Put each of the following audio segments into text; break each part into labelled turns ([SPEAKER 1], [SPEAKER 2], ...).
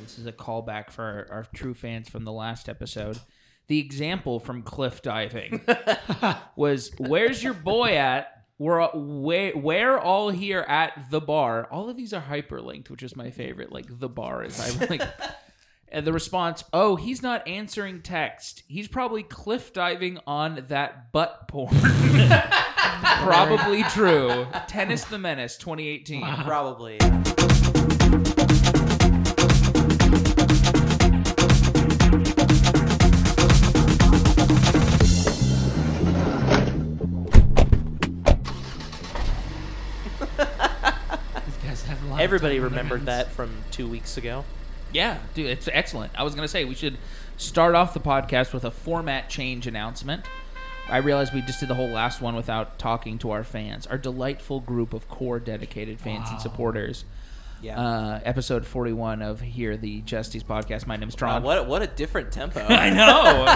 [SPEAKER 1] this is a callback for our, our true fans from the last episode. The example from cliff diving was where's your boy at? We're all, where, we're all here at the bar. All of these are hyperlinked, which is my favorite. Like the bar is hyperlinked. and the response, oh, he's not answering text. He's probably cliff diving on that butt porn. probably true. Tennis the Menace 2018.
[SPEAKER 2] Uh-huh.
[SPEAKER 3] Probably.
[SPEAKER 2] These guys have a lot of
[SPEAKER 3] Everybody
[SPEAKER 2] time on their
[SPEAKER 3] remembered
[SPEAKER 2] hands.
[SPEAKER 3] that from two weeks ago.
[SPEAKER 1] Yeah, dude, it's excellent. I was gonna say we should start off the podcast with a format change announcement. I realized we just did the whole last one without talking to our fans, our delightful group of core dedicated fans and supporters.
[SPEAKER 3] Yeah.
[SPEAKER 1] Uh, episode 41 of Here the Justice podcast. My name's
[SPEAKER 3] Wow,
[SPEAKER 1] Tron.
[SPEAKER 3] what a- what a different tempo.
[SPEAKER 1] I know.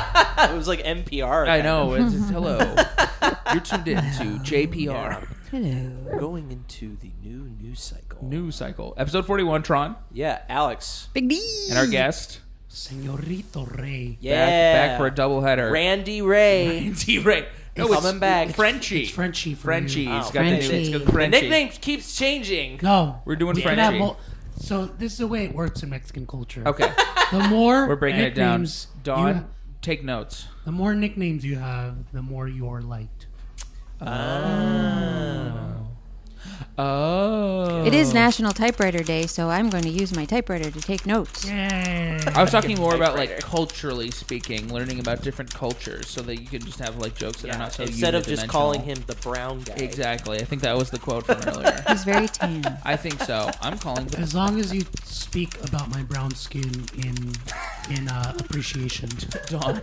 [SPEAKER 3] it was like NPR.
[SPEAKER 1] I
[SPEAKER 3] kind
[SPEAKER 1] know. It's, it's- hello. You're tuned in to JPR
[SPEAKER 3] of. Going into the new news cycle.
[SPEAKER 1] News Cycle. Episode 41, Tron,
[SPEAKER 3] Yeah, Alex.
[SPEAKER 4] Big D.
[SPEAKER 1] and our guest.
[SPEAKER 2] Señorito Rey.
[SPEAKER 3] Yeah.
[SPEAKER 1] Back, back for a doubleheader.
[SPEAKER 3] Randy Ray.
[SPEAKER 1] T Ray. No,
[SPEAKER 3] He's
[SPEAKER 1] it's
[SPEAKER 3] coming back.
[SPEAKER 1] Frenchie.
[SPEAKER 2] It's Frenchie for
[SPEAKER 1] Frenchie.
[SPEAKER 2] you.
[SPEAKER 1] It's
[SPEAKER 3] Oh,
[SPEAKER 1] got the new-
[SPEAKER 4] Frenchie.
[SPEAKER 1] it's got
[SPEAKER 3] The
[SPEAKER 1] Frenchie.
[SPEAKER 3] nickname keeps changing.
[SPEAKER 2] No.
[SPEAKER 1] We're doing
[SPEAKER 2] we can have
[SPEAKER 1] Frenchie.
[SPEAKER 2] mul- so this is the way it works in Mexican culture.
[SPEAKER 1] Okay,
[SPEAKER 2] The more
[SPEAKER 1] we're breaking it down.
[SPEAKER 2] nicknames you
[SPEAKER 1] Don,
[SPEAKER 2] ha-
[SPEAKER 1] take notes.
[SPEAKER 2] the more nicknames you have, the more you're liked.
[SPEAKER 1] Oh.
[SPEAKER 4] It is National Typewriter Day, so I'm going to use my typewriter to take notes.
[SPEAKER 2] Yay.
[SPEAKER 1] I was talking more about like culturally speaking, learning about different cultures, so that you can just have like jokes that are
[SPEAKER 3] Yeah,
[SPEAKER 1] not so
[SPEAKER 3] Instead of just
[SPEAKER 1] unidimensional.
[SPEAKER 3] calling him the brown guy.
[SPEAKER 1] Exactly, I think that was the quote from earlier.
[SPEAKER 4] He's very tan.
[SPEAKER 1] I think so. I'm calling.
[SPEAKER 2] As long as you speak about my brown skin in in uh, appreciation
[SPEAKER 1] Don.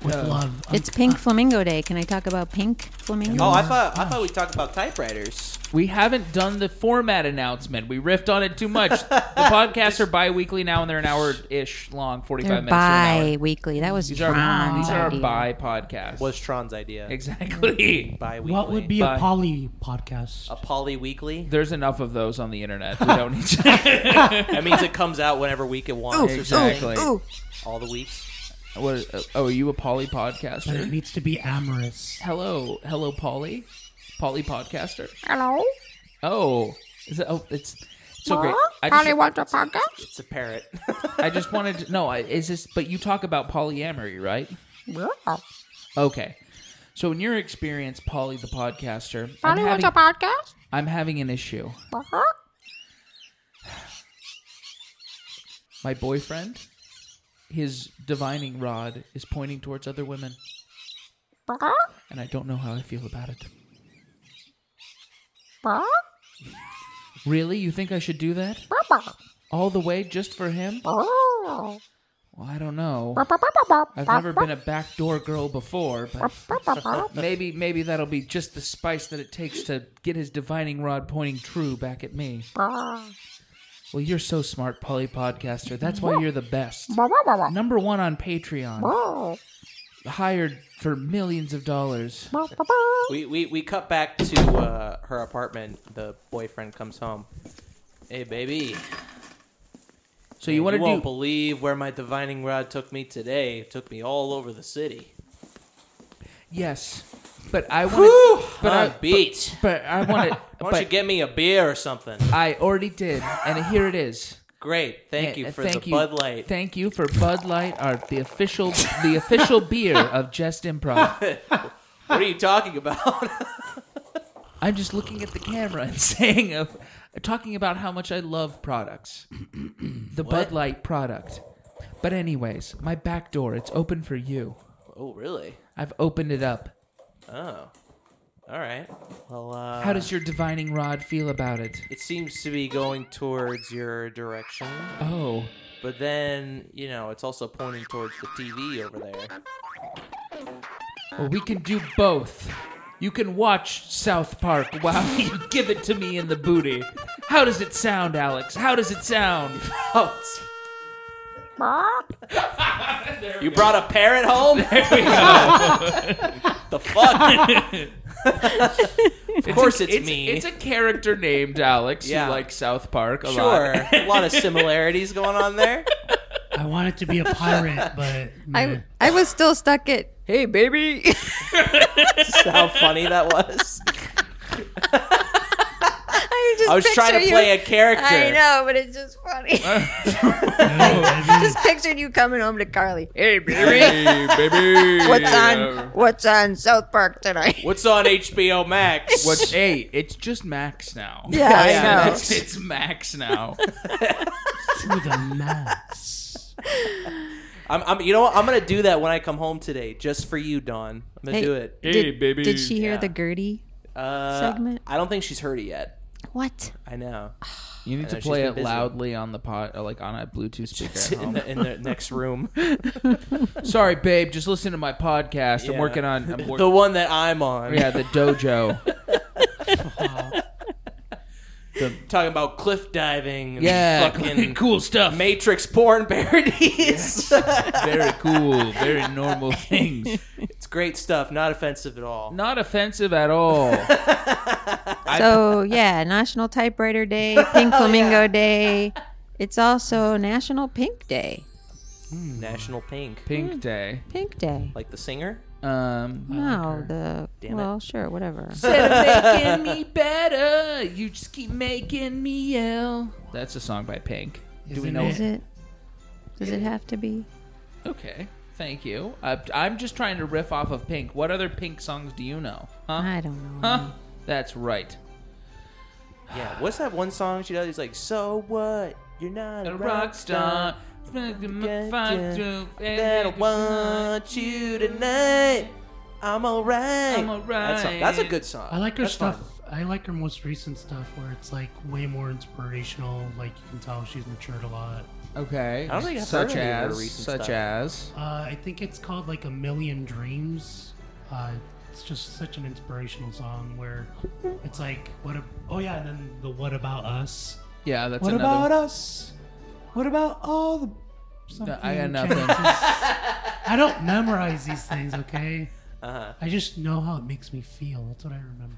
[SPEAKER 2] with love, um, I'm-
[SPEAKER 4] It's Pink Flamingo Day. Can I talk about Pink Flamingo?
[SPEAKER 3] Oh, I thought I thought we talked about typewriters.
[SPEAKER 1] We haven't done the format announcement. We riffed on it too much. The podcasts are bi-weekly now, and they're an hour ish long, 45
[SPEAKER 4] They're
[SPEAKER 1] minutes. to an hour.
[SPEAKER 4] bi-weekly. That was
[SPEAKER 1] These are
[SPEAKER 4] Tron's
[SPEAKER 1] these are our
[SPEAKER 4] idea.
[SPEAKER 1] bi podcasts.
[SPEAKER 3] Was Tron's idea.
[SPEAKER 1] exactly.
[SPEAKER 3] Bi-weekly.
[SPEAKER 2] what would be
[SPEAKER 1] Bye.
[SPEAKER 2] a poly podcast?
[SPEAKER 3] a poly-weekly?
[SPEAKER 1] There's enough of those on the internet. We don't need to.
[SPEAKER 3] that means it comes out whenever week it wants. or something.
[SPEAKER 2] Oh,
[SPEAKER 1] exactly.
[SPEAKER 4] Ooh,
[SPEAKER 3] All the weeks.
[SPEAKER 1] What- oh, are you a poly
[SPEAKER 2] But it
[SPEAKER 1] podcaster?
[SPEAKER 2] needs to be amorous.
[SPEAKER 1] Hello, hello, poly, poly podcaster.
[SPEAKER 4] hello.
[SPEAKER 1] Oh, is it, oh, it's it's so great. I
[SPEAKER 4] Polly
[SPEAKER 1] just,
[SPEAKER 4] wants a podcast.
[SPEAKER 3] It's a parrot.
[SPEAKER 1] I just wanted to no. I- Is this? But you talk about polyamory, right?
[SPEAKER 4] Yeah.
[SPEAKER 1] Okay. So in your experience, Polly the podcaster, I'm
[SPEAKER 4] Polly
[SPEAKER 1] having,
[SPEAKER 4] wants a podcast.
[SPEAKER 1] I'm having an issue.
[SPEAKER 4] Uh-huh.
[SPEAKER 1] My boyfriend, his divining rod is pointing towards other women,
[SPEAKER 4] Uh-huh.
[SPEAKER 1] and I don't know how I feel about it.
[SPEAKER 4] Uh-huh.
[SPEAKER 1] Really? You think I should do that?
[SPEAKER 4] Uh-huh.
[SPEAKER 1] All the way just for him?
[SPEAKER 4] Uh-huh.
[SPEAKER 1] Well, I don't know.
[SPEAKER 4] Uh-huh.
[SPEAKER 1] I've never been a backdoor girl before, but maybe maybe that'll be just the spice that it takes to get his divining rod pointing true back at me. Well, you're so smart, Polly Podcaster. That's why you're the best. Number one on Patreon. Hired for millions of dollars.
[SPEAKER 3] we, we we cut back to uh, her apartment. The boyfriend comes home. Hey, baby.
[SPEAKER 1] So you want to
[SPEAKER 3] won't
[SPEAKER 1] do
[SPEAKER 3] believe where my divining rod took me today. It took me all over the city.
[SPEAKER 1] Yes. But I want to
[SPEAKER 3] But
[SPEAKER 1] but I
[SPEAKER 3] I'm beat.
[SPEAKER 1] but I want to
[SPEAKER 3] Why don't you get me a beer or something?
[SPEAKER 1] I already did. And here it is.
[SPEAKER 3] Great. Thank
[SPEAKER 1] Yeah,
[SPEAKER 3] you
[SPEAKER 1] uh,
[SPEAKER 3] for the Bud Light.
[SPEAKER 1] Thank you for Bud Light, our the official the official beer of Just Improv.
[SPEAKER 3] what are you talking about?
[SPEAKER 1] I'm just looking at the camera and saying of talking about how much I love products. The Bud
[SPEAKER 3] What?
[SPEAKER 1] Light product. But anyways, my back door, it's open for you.
[SPEAKER 3] oh, really?
[SPEAKER 1] I've opened it up.
[SPEAKER 3] Oh. All right. Well, uh,
[SPEAKER 1] How does your divining rod feel about it?
[SPEAKER 3] it seems to be going towards your direction,
[SPEAKER 1] Oh,
[SPEAKER 3] but then you know it's also pointing towards the TV over there.
[SPEAKER 1] well, we can do both. You can watch South Park while you give it to me in the booty. How does it sound, Alex? How does it sound?
[SPEAKER 3] Oh, it's- you brought a parrot home? the fuck? Of course, it's,
[SPEAKER 1] it's,
[SPEAKER 3] me.
[SPEAKER 1] It's a character named Alex. You
[SPEAKER 3] Yeah.
[SPEAKER 1] like South Park a
[SPEAKER 3] sure,
[SPEAKER 1] lot.
[SPEAKER 3] a lot of similarities going on there.
[SPEAKER 2] I wanted to be a pirate, but
[SPEAKER 4] I I was still stuck at hey baby.
[SPEAKER 3] Just how funny that was.
[SPEAKER 4] I, just
[SPEAKER 3] I was trying to
[SPEAKER 4] picture
[SPEAKER 3] play
[SPEAKER 4] you-
[SPEAKER 3] a character.
[SPEAKER 4] I know, but it's just funny. just pictured you coming home to Carly. Hey baby,
[SPEAKER 1] Hey, baby.
[SPEAKER 4] what's on what's on South Park tonight?
[SPEAKER 3] What's on HBO Max?
[SPEAKER 1] What's hey? It's just Max now.
[SPEAKER 4] Yeah, I
[SPEAKER 3] Yeah,
[SPEAKER 4] know.
[SPEAKER 1] It's, it's Max now.
[SPEAKER 2] to the max.
[SPEAKER 3] I'm, I'm, you know what? I'm gonna do that when I come home today, just for you, Dawn. I'm gonna
[SPEAKER 4] Hey.
[SPEAKER 3] do it.
[SPEAKER 1] hey,
[SPEAKER 4] Did-
[SPEAKER 1] baby.
[SPEAKER 4] Did she hear
[SPEAKER 3] Yeah.
[SPEAKER 4] the Gertie?
[SPEAKER 3] Uh,
[SPEAKER 4] Segment.
[SPEAKER 3] I don't think she's heard it yet.
[SPEAKER 4] What?
[SPEAKER 3] I know.
[SPEAKER 1] You need
[SPEAKER 3] I
[SPEAKER 1] to
[SPEAKER 3] know, Oh, she's
[SPEAKER 1] play
[SPEAKER 3] been
[SPEAKER 1] it
[SPEAKER 3] busy.
[SPEAKER 1] loudly on the pot, uh, like on a Bluetooth speaker.
[SPEAKER 3] It's
[SPEAKER 1] At
[SPEAKER 3] in
[SPEAKER 1] home.
[SPEAKER 3] the, in the next room,
[SPEAKER 1] Sorry, babe. Just listen to my podcast. I'm
[SPEAKER 3] Yeah.
[SPEAKER 1] working on. I'm
[SPEAKER 3] the
[SPEAKER 1] work-
[SPEAKER 3] one that I'm on.
[SPEAKER 1] yeah, the dojo.
[SPEAKER 3] talking about cliff diving. And
[SPEAKER 1] Yeah,
[SPEAKER 3] fucking
[SPEAKER 1] cool stuff.
[SPEAKER 3] Matrix porn parodies.
[SPEAKER 1] very cool. Very normal things.
[SPEAKER 3] it's great stuff. Not offensive at all.
[SPEAKER 1] Not offensive at all.
[SPEAKER 4] So yeah, National Typewriter Day, Pink Flamingo Day. It's also National Pink Day.
[SPEAKER 1] Mm.
[SPEAKER 3] National Pink,
[SPEAKER 1] Pink Day.
[SPEAKER 4] Pink Day.
[SPEAKER 3] like the singer.
[SPEAKER 1] Um,
[SPEAKER 4] No, the
[SPEAKER 3] Damn it.
[SPEAKER 4] well, sure, whatever.
[SPEAKER 1] Instead of making me better, you just keep making me ill. That's a song by Pink. Do we
[SPEAKER 2] Isn't
[SPEAKER 1] know?
[SPEAKER 4] Is it? Does it have to be?
[SPEAKER 1] Okay, thank you. Uh, I'm just trying to riff off of Pink. What other Pink songs do you know? Huh?
[SPEAKER 4] I don't know.
[SPEAKER 1] Huh? That's right.
[SPEAKER 3] Yeah. What's that one song she does? He's like, so what? You're not
[SPEAKER 1] A rock star. Fuck
[SPEAKER 3] Forget
[SPEAKER 1] you, fuck
[SPEAKER 3] you.
[SPEAKER 1] you,
[SPEAKER 3] that I
[SPEAKER 1] and-
[SPEAKER 3] want you tonight. I'm alright.
[SPEAKER 1] I'm alright.
[SPEAKER 3] That song- That's a good song.
[SPEAKER 2] I like her
[SPEAKER 3] That's
[SPEAKER 2] stuff.
[SPEAKER 3] fun.
[SPEAKER 2] I like her most recent stuff where it's like way more inspirational. Like you can tell she's matured a lot.
[SPEAKER 1] Okay.
[SPEAKER 3] I don't think I've
[SPEAKER 1] such
[SPEAKER 3] heard any of her
[SPEAKER 1] as
[SPEAKER 3] recent
[SPEAKER 1] such
[SPEAKER 3] stuff.
[SPEAKER 1] as
[SPEAKER 2] Uh, I think it's called like a million dreams. Uh, it's just such an inspirational song where it's like what? A, oh yeah, and then the what about us?
[SPEAKER 1] yeah. That's
[SPEAKER 2] what
[SPEAKER 1] another.
[SPEAKER 2] about uh, us? What about all the?
[SPEAKER 1] No, I got
[SPEAKER 2] something
[SPEAKER 1] nothing.
[SPEAKER 2] chances? I don't memorize these things. Okay,
[SPEAKER 3] Uh-huh.
[SPEAKER 2] I just know how it makes me feel. That's what I remember.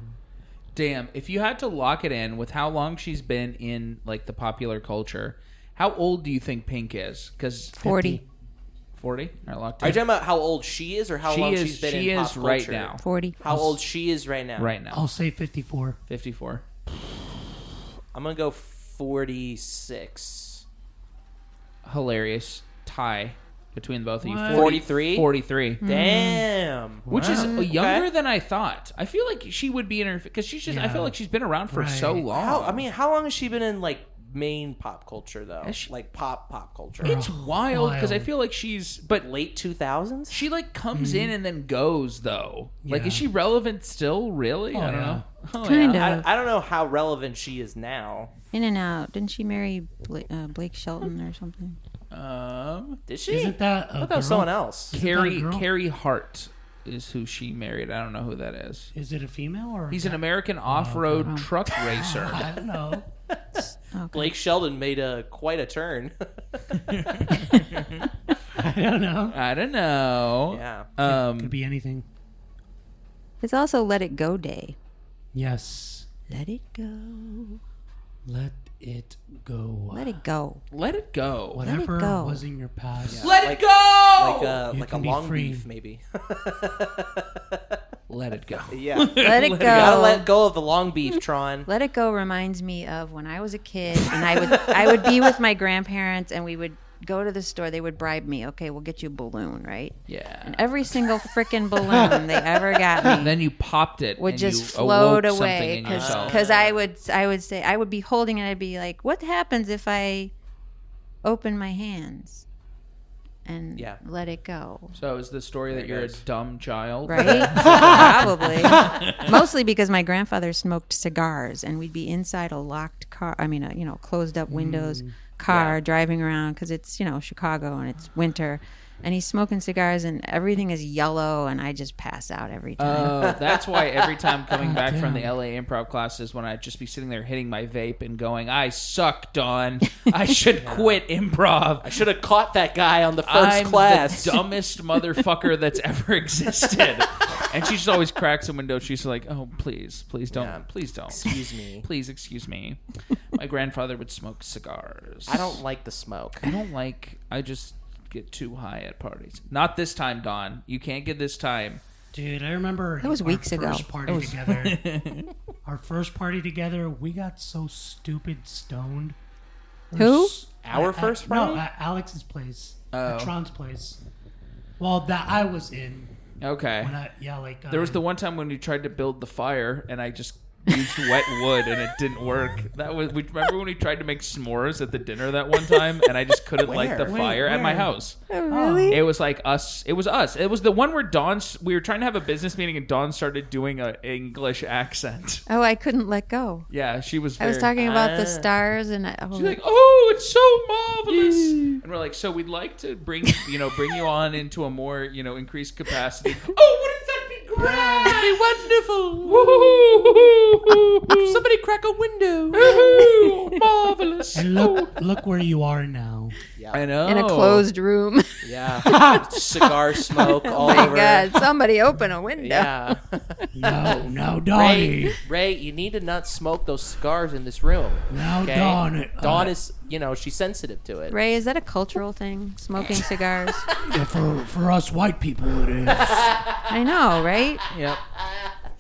[SPEAKER 1] Damn, if you had to lock it in with how long she's been in like the popular culture, how old do you think Pink is? Because
[SPEAKER 4] Forty.
[SPEAKER 1] 40? All right, locked
[SPEAKER 3] Are you
[SPEAKER 1] in.
[SPEAKER 3] talking about how old she is or how
[SPEAKER 1] She
[SPEAKER 3] long
[SPEAKER 1] is,
[SPEAKER 3] she's been
[SPEAKER 1] she
[SPEAKER 3] in
[SPEAKER 1] is
[SPEAKER 3] pop
[SPEAKER 1] right
[SPEAKER 3] culture?
[SPEAKER 1] now.
[SPEAKER 4] 40.
[SPEAKER 3] How old she is right now?
[SPEAKER 1] Right now.
[SPEAKER 2] I'll say fifty-four.
[SPEAKER 1] 54.
[SPEAKER 3] I'm gonna go 46.
[SPEAKER 1] Hilarious tie between the both of you.
[SPEAKER 2] What?
[SPEAKER 3] 43?
[SPEAKER 1] 43.
[SPEAKER 2] Hmm.
[SPEAKER 3] Damn.
[SPEAKER 1] Mm. Which is
[SPEAKER 3] Wow.
[SPEAKER 1] younger
[SPEAKER 3] Okay.
[SPEAKER 1] than I thought. I feel like she would be in her because she's just. I
[SPEAKER 2] Yeah.
[SPEAKER 1] feel like she's been around for so
[SPEAKER 2] Right.
[SPEAKER 1] long.
[SPEAKER 3] How, I mean, how long has she been in like main pop culture though?
[SPEAKER 1] Um, Has she-
[SPEAKER 3] like pop pop culture.
[SPEAKER 1] it's wild because I
[SPEAKER 2] Wild.
[SPEAKER 1] feel like she's. But
[SPEAKER 3] late 2000s.
[SPEAKER 1] she like comes in and then goes though. Like,
[SPEAKER 2] Yeah.
[SPEAKER 1] is she relevant still? Really? I don't
[SPEAKER 2] yeah.
[SPEAKER 1] know. Oh,
[SPEAKER 4] Kind
[SPEAKER 1] yeah.
[SPEAKER 4] of.
[SPEAKER 3] I, I don't know how relevant she is now.
[SPEAKER 4] In and out. Didn't she marry Bla- uh, Blake Shelton or something?
[SPEAKER 1] Um,
[SPEAKER 3] Did she?
[SPEAKER 2] Isn't that a
[SPEAKER 3] I thought that
[SPEAKER 2] girl?
[SPEAKER 3] was someone else.
[SPEAKER 2] Isn't that a
[SPEAKER 1] Carrie
[SPEAKER 2] girl?
[SPEAKER 1] Carrie Hart is who she married. I don't know who that is.
[SPEAKER 2] Is it a female or?
[SPEAKER 1] He's an American off-road truck racer.
[SPEAKER 2] I don't know.
[SPEAKER 3] Blake Sheldon made a quite a turn.
[SPEAKER 2] I don't know.
[SPEAKER 1] I don't know.
[SPEAKER 3] yeah.
[SPEAKER 1] Um,
[SPEAKER 2] Could be anything.
[SPEAKER 4] It's also Let It Go Day.
[SPEAKER 2] Yes.
[SPEAKER 4] Let it go.
[SPEAKER 2] Let it go.
[SPEAKER 4] Let it go.
[SPEAKER 1] let it go. Let,
[SPEAKER 2] Whatever
[SPEAKER 4] go.
[SPEAKER 2] was in your past.
[SPEAKER 1] it
[SPEAKER 3] Like-
[SPEAKER 1] go. Oh,
[SPEAKER 3] Like uh, a
[SPEAKER 2] You
[SPEAKER 3] like a
[SPEAKER 2] can be
[SPEAKER 3] long
[SPEAKER 2] free.
[SPEAKER 3] beef maybe.
[SPEAKER 1] let it go.
[SPEAKER 3] yeah.
[SPEAKER 4] Let it
[SPEAKER 3] Gotta
[SPEAKER 4] go.
[SPEAKER 3] let go of the long beef, Tron.
[SPEAKER 4] Let it go reminds me of when I was a kid and I would I would be with my grandparents and we would go to the store. They would bribe me. Okay, we'll get you a balloon, right?
[SPEAKER 1] Yeah.
[SPEAKER 4] Every single freaking balloon they ever got me.
[SPEAKER 1] And then you popped it.
[SPEAKER 4] would
[SPEAKER 1] and
[SPEAKER 4] just
[SPEAKER 1] you
[SPEAKER 4] float
[SPEAKER 1] awoke something
[SPEAKER 4] away
[SPEAKER 1] in yourself.
[SPEAKER 4] because I would I would say I would be holding it. I'd be like, "What happens if I open my hands and
[SPEAKER 3] Yeah.
[SPEAKER 4] let it go?"
[SPEAKER 1] So is the story that
[SPEAKER 3] it
[SPEAKER 1] you're a
[SPEAKER 3] goes.
[SPEAKER 1] dumb child?
[SPEAKER 4] Right? Probably. Mostly because my grandfather smoked cigars, and we'd be inside a locked car. I mean, a, you know, closed up windows car driving around because it's you know Chicago and it's winter, and he's smoking cigars, and everything is yellow, and I just pass out every time.
[SPEAKER 1] Oh, that's why every time coming back from the
[SPEAKER 2] damn.
[SPEAKER 1] LA improv classes, when I'd just be sitting there hitting my vape and going, "I suck, Don. I should quit improv."
[SPEAKER 3] Should have caught that guy on the 1st
[SPEAKER 1] I'm
[SPEAKER 3] class.
[SPEAKER 1] the dumbest motherfucker that's ever existed. and she just always cracks a window. She's like, "Oh, please, please don't,
[SPEAKER 3] Yeah.
[SPEAKER 1] please don't,
[SPEAKER 3] Excuse me.
[SPEAKER 1] please excuse me." My grandfather would smoke cigars.
[SPEAKER 3] I don't like the smoke.
[SPEAKER 1] I don't like. I just get too high at parties. Not this time, Don. You can't get this time.
[SPEAKER 2] Dude, I remember
[SPEAKER 4] That was
[SPEAKER 2] our
[SPEAKER 4] weeks ago.
[SPEAKER 2] First party together. our first party together, we got so stupid stoned. We were
[SPEAKER 4] Who?
[SPEAKER 2] s-
[SPEAKER 3] Our
[SPEAKER 2] at- at-
[SPEAKER 3] first party?
[SPEAKER 2] No, at Alex's place.
[SPEAKER 3] Oh.
[SPEAKER 2] At Tron's place. Well, that I was in
[SPEAKER 1] Okay.
[SPEAKER 2] when I yeah like
[SPEAKER 1] There was
[SPEAKER 2] um,
[SPEAKER 1] the one time when we tried to build the fire, and I just used wet wood, and it didn't work. That was. We remember when we tried to make s'mores at the dinner that one time, and I just couldn't light the
[SPEAKER 3] Where?
[SPEAKER 1] fire at my
[SPEAKER 2] where?
[SPEAKER 1] house.
[SPEAKER 2] really?
[SPEAKER 1] It was like us. It was us. It was the one where Don. s- We were trying to have a business meeting, and Dawn started doing an English accent.
[SPEAKER 4] Oh, I couldn't let go.
[SPEAKER 1] Yeah, she was.
[SPEAKER 4] I was
[SPEAKER 1] very-
[SPEAKER 4] talking about
[SPEAKER 3] Ah.
[SPEAKER 4] the stars and I, oh,
[SPEAKER 1] She's like, "Oh, it's so marvelous," and we're like, "So we'd like to bring you know bring you on into a more you know increased capacity." oh, wouldn't that be great? wonderful!
[SPEAKER 3] Somebody crack a window.
[SPEAKER 1] Woohoo! Marvelous!
[SPEAKER 2] And look look where you are now.
[SPEAKER 1] I know.
[SPEAKER 4] in a closed room.
[SPEAKER 3] oh. Yeah. Cigar smoke all
[SPEAKER 4] Oh My
[SPEAKER 3] over.
[SPEAKER 4] God, somebody open a window.
[SPEAKER 3] Yeah.
[SPEAKER 2] No, no,
[SPEAKER 3] Ray,
[SPEAKER 2] Donnie.
[SPEAKER 3] Ray, you need to not smoke those cigars in this room.
[SPEAKER 2] No,
[SPEAKER 3] Okay?
[SPEAKER 2] Don.
[SPEAKER 3] Dawn is, you know, she's sensitive to it.
[SPEAKER 4] Ray, is that a cultural thing? Smoking cigars?
[SPEAKER 2] Yeah, Uh, for for us white people, it is.
[SPEAKER 4] I know, right?
[SPEAKER 3] Yep.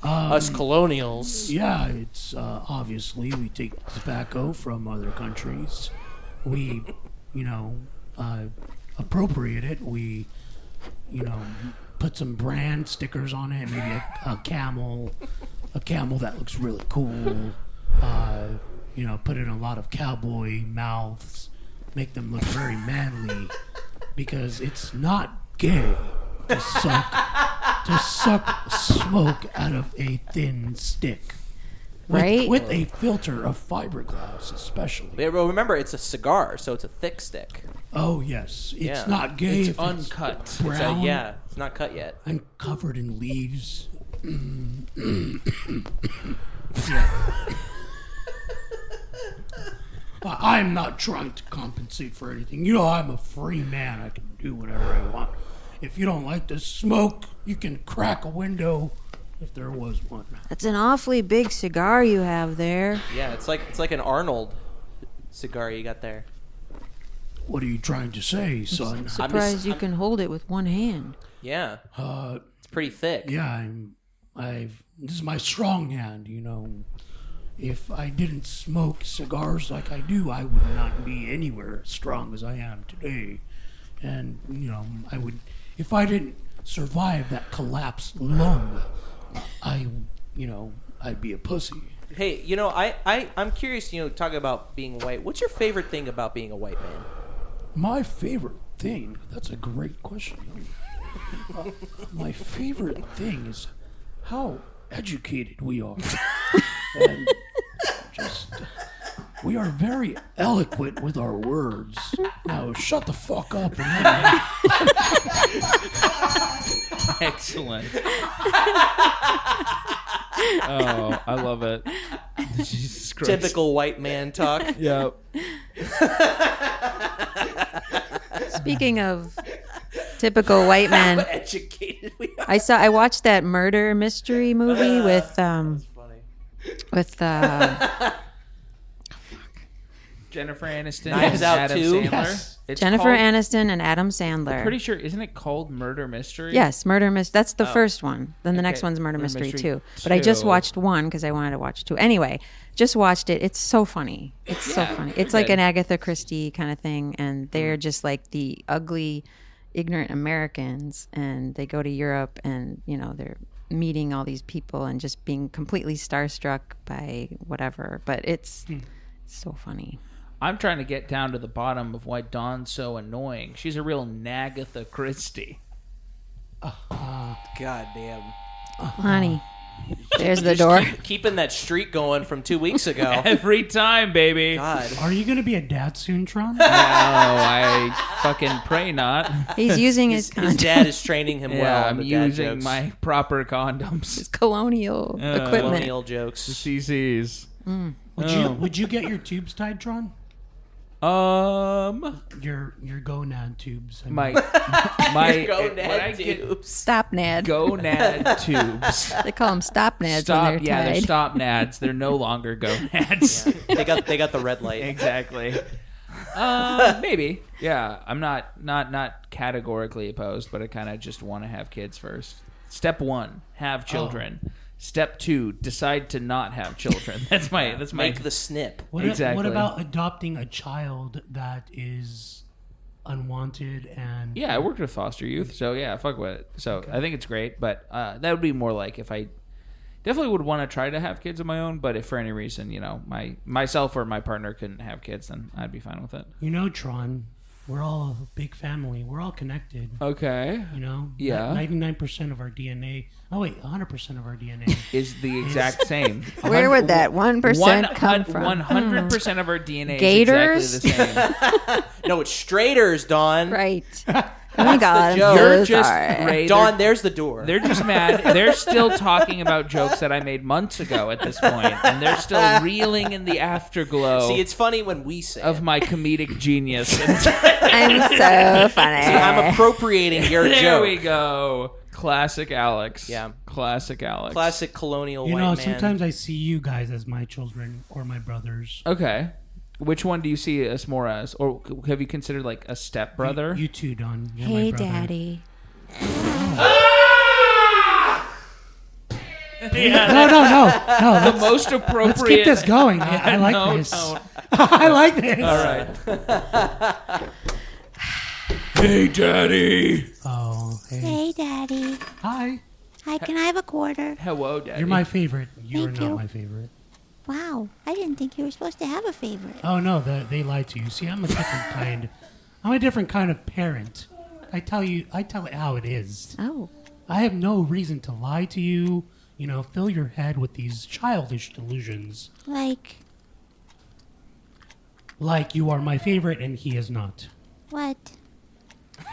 [SPEAKER 3] Us colonials.
[SPEAKER 2] Yeah, it's uh, obviously we take tobacco from other countries. We, you know, uh, appropriate it. We, you know, put some brand stickers on it. Maybe a, a camel, a camel that looks really cool. Uh, you know, put in a lot of cowboy mouths, make them look very manly, because it's not gay to suck to suck smoke out of a thin stick. With,
[SPEAKER 4] Right?
[SPEAKER 2] With a filter of fiberglass, especially.
[SPEAKER 3] Yeah, well, remember, it's a cigar, so it's a thick stick.
[SPEAKER 2] Oh, yes. It's
[SPEAKER 3] Yeah.
[SPEAKER 2] not gay.
[SPEAKER 1] It's
[SPEAKER 2] if
[SPEAKER 1] uncut.
[SPEAKER 3] So,
[SPEAKER 2] brown
[SPEAKER 3] yeah, it's not cut yet.
[SPEAKER 2] and covered in leaves. yeah. I- I'm not trying to compensate for anything. You know, I'm a free man. I can do whatever I want. If you don't like the smoke, you can crack a window if there was one.
[SPEAKER 4] That's an awfully big cigar you have there.
[SPEAKER 3] Yeah, it's like it's like an Arnold cigar you got there.
[SPEAKER 2] What are you trying to say, son?
[SPEAKER 3] I'm
[SPEAKER 4] Surprised
[SPEAKER 3] just-
[SPEAKER 4] you can hold it with one hand.
[SPEAKER 3] Yeah,
[SPEAKER 2] Uh,
[SPEAKER 3] it's pretty thick.
[SPEAKER 2] yeah, I'm. I've. This is my strong hand, you know. If I didn't smoke cigars like I do, I would not be anywhere as strong as I am today. And you know, I would. If I didn't survive that collapsed lung, I, you know, I'd be a pussy.
[SPEAKER 3] Hey, you know, I, I I'm curious. You know, talking about being white. What's your favorite thing about being a white man?
[SPEAKER 2] My favorite thing. That's a great question. young man. Uh, my favorite thing is how educated we are. and just we are very eloquent with our words. Now shut the fuck up and let me
[SPEAKER 1] Excellent. oh, I love it. Jesus Christ.
[SPEAKER 3] Typical white man talk.
[SPEAKER 1] Yep.
[SPEAKER 4] Speaking of typical white men,
[SPEAKER 3] Educated we are.
[SPEAKER 4] I saw I watched that murder mystery movie with um
[SPEAKER 3] Funny.
[SPEAKER 4] with uh
[SPEAKER 1] Jennifer Aniston. and
[SPEAKER 3] Knives Out
[SPEAKER 1] Adam
[SPEAKER 3] too.
[SPEAKER 1] Sandler.
[SPEAKER 2] Yes.
[SPEAKER 1] It's
[SPEAKER 4] Jennifer
[SPEAKER 1] called-
[SPEAKER 4] Aniston and Adam Sandler.
[SPEAKER 1] Pretty sure, isn't it called Murder Mystery?
[SPEAKER 4] Yes, murder mystery. That's the first one. Then the next
[SPEAKER 1] Okay,
[SPEAKER 4] one's murder,
[SPEAKER 1] Murder
[SPEAKER 4] mystery,
[SPEAKER 1] Mystery
[SPEAKER 4] two. But I just
[SPEAKER 1] Two.
[SPEAKER 4] watched one because I wanted to watch two. Anyway, just watched it. It's so funny. It's so funny. It's like
[SPEAKER 1] good.
[SPEAKER 4] an Agatha Christie kind of thing, and they're just like the ugly, ignorant Americans, and they go to Europe, and you know they're meeting all these people and just being completely starstruck by whatever. But it's so funny.
[SPEAKER 1] I'm trying to get down to the bottom of why Dawn's so annoying. She's a real Nagatha Christie.
[SPEAKER 3] God damn.
[SPEAKER 4] Honey, there's the door.
[SPEAKER 3] Keeping that streak going from two weeks ago.
[SPEAKER 1] Every time, baby.
[SPEAKER 3] God.
[SPEAKER 2] Are you gonna be a dad soon, Tron?
[SPEAKER 1] No, Oh, I fucking pray not.
[SPEAKER 4] He's using his,
[SPEAKER 3] His,
[SPEAKER 4] condom.
[SPEAKER 3] his dad is training him well.
[SPEAKER 1] Yeah, I'm
[SPEAKER 3] with dad
[SPEAKER 1] using
[SPEAKER 3] jokes.
[SPEAKER 1] my proper condoms.
[SPEAKER 4] colonial
[SPEAKER 1] Uh,
[SPEAKER 4] equipment.
[SPEAKER 3] colonial jokes.
[SPEAKER 1] CCs.
[SPEAKER 2] Would you would you get your tubes tied, Tron?
[SPEAKER 1] Uh, Um,
[SPEAKER 2] Your your gonad tubes. I
[SPEAKER 1] my
[SPEAKER 2] mean.
[SPEAKER 1] my
[SPEAKER 3] Go
[SPEAKER 1] when I
[SPEAKER 3] Ned
[SPEAKER 1] get
[SPEAKER 3] Dukes.
[SPEAKER 4] Stop Nad.
[SPEAKER 1] gonad tubes.
[SPEAKER 4] They call them stop nads when
[SPEAKER 1] Stop.
[SPEAKER 4] they're
[SPEAKER 1] Yeah, they're
[SPEAKER 4] tied.
[SPEAKER 1] stop nads. They're no longer gonads.
[SPEAKER 3] they got they got the red light.
[SPEAKER 1] exactly. Uh, maybe. Yeah, I'm not not not categorically opposed, but I kind of just want to have kids first. Step one: have children. Step two: decide to not have children. That's my that's my
[SPEAKER 3] Make the snip.
[SPEAKER 2] What, a-
[SPEAKER 1] Exactly.
[SPEAKER 2] what about adopting a child that is unwanted and
[SPEAKER 1] Yeah, I worked with foster youth, so yeah, fuck with it. So I think it's great, but uh, that would be more like if I definitely would want to try to have kids of my own. But if for any reason, you know, my myself or my partner couldn't have kids, then I'd be fine with it.
[SPEAKER 2] you know Tron? We're all a big family. We're all connected.
[SPEAKER 1] Okay,
[SPEAKER 2] You know.
[SPEAKER 1] Yeah.
[SPEAKER 2] Ninety nine percent of our DNA. Oh wait, hundred percent of our DNA.
[SPEAKER 1] is the exact same.
[SPEAKER 4] Where would that 1% come from? Hmm.
[SPEAKER 1] One hundred percent of our DNA
[SPEAKER 4] Gators?
[SPEAKER 1] is exactly the same.
[SPEAKER 3] No, it's straighters, Don.
[SPEAKER 4] Right. Oh my God.
[SPEAKER 3] joke.
[SPEAKER 4] I'm so
[SPEAKER 1] You're just
[SPEAKER 4] sorry.
[SPEAKER 1] Ray.
[SPEAKER 3] Don,
[SPEAKER 1] They're,
[SPEAKER 3] there's the door.
[SPEAKER 1] they're just mad. They're still talking about jokes that I made months ago at this point, and they're still reeling in the afterglow.
[SPEAKER 3] See, it's funny when we say
[SPEAKER 1] of
[SPEAKER 3] it.
[SPEAKER 1] my comedic genius. And
[SPEAKER 4] I'm so funny.
[SPEAKER 3] I'm appropriating your
[SPEAKER 1] there
[SPEAKER 3] joke.
[SPEAKER 1] we go. Classic Alex.
[SPEAKER 3] Yeah.
[SPEAKER 1] Classic Alex.
[SPEAKER 3] Classic colonial
[SPEAKER 2] you
[SPEAKER 3] white
[SPEAKER 2] know,
[SPEAKER 3] man.
[SPEAKER 2] sometimes I see you guys as my children or my brothers.
[SPEAKER 1] Okay. Which one do you see us more as? Or c- have you considered like a stepbrother?
[SPEAKER 2] You too, Don. You're my
[SPEAKER 4] hey,
[SPEAKER 2] brother.
[SPEAKER 4] Daddy.
[SPEAKER 2] No, no, no, no.
[SPEAKER 1] the
[SPEAKER 2] Let's,
[SPEAKER 1] most appropriate.
[SPEAKER 2] let's keep this going. I, I like
[SPEAKER 1] no
[SPEAKER 2] this.
[SPEAKER 1] tone.
[SPEAKER 2] I like this.
[SPEAKER 1] All right. hey, Daddy.
[SPEAKER 2] Oh, hey.
[SPEAKER 5] Hey, Daddy.
[SPEAKER 2] Hi.
[SPEAKER 5] Hi, can I have a quarter?
[SPEAKER 1] Hello, Daddy.
[SPEAKER 2] You're my favorite. You're
[SPEAKER 5] Thank
[SPEAKER 2] not
[SPEAKER 5] you.
[SPEAKER 2] my favorite.
[SPEAKER 5] Wow, I didn't think you were supposed to have a favorite.
[SPEAKER 2] Oh no, the, they lied to you. See, I'm a different kind. I'm a different kind of parent. I tell you, I tell it how it is.
[SPEAKER 4] Oh.
[SPEAKER 2] I have no reason to lie to you. You know, fill your head with these childish delusions,
[SPEAKER 5] Like,
[SPEAKER 2] like you are my favorite and he is not.
[SPEAKER 5] what?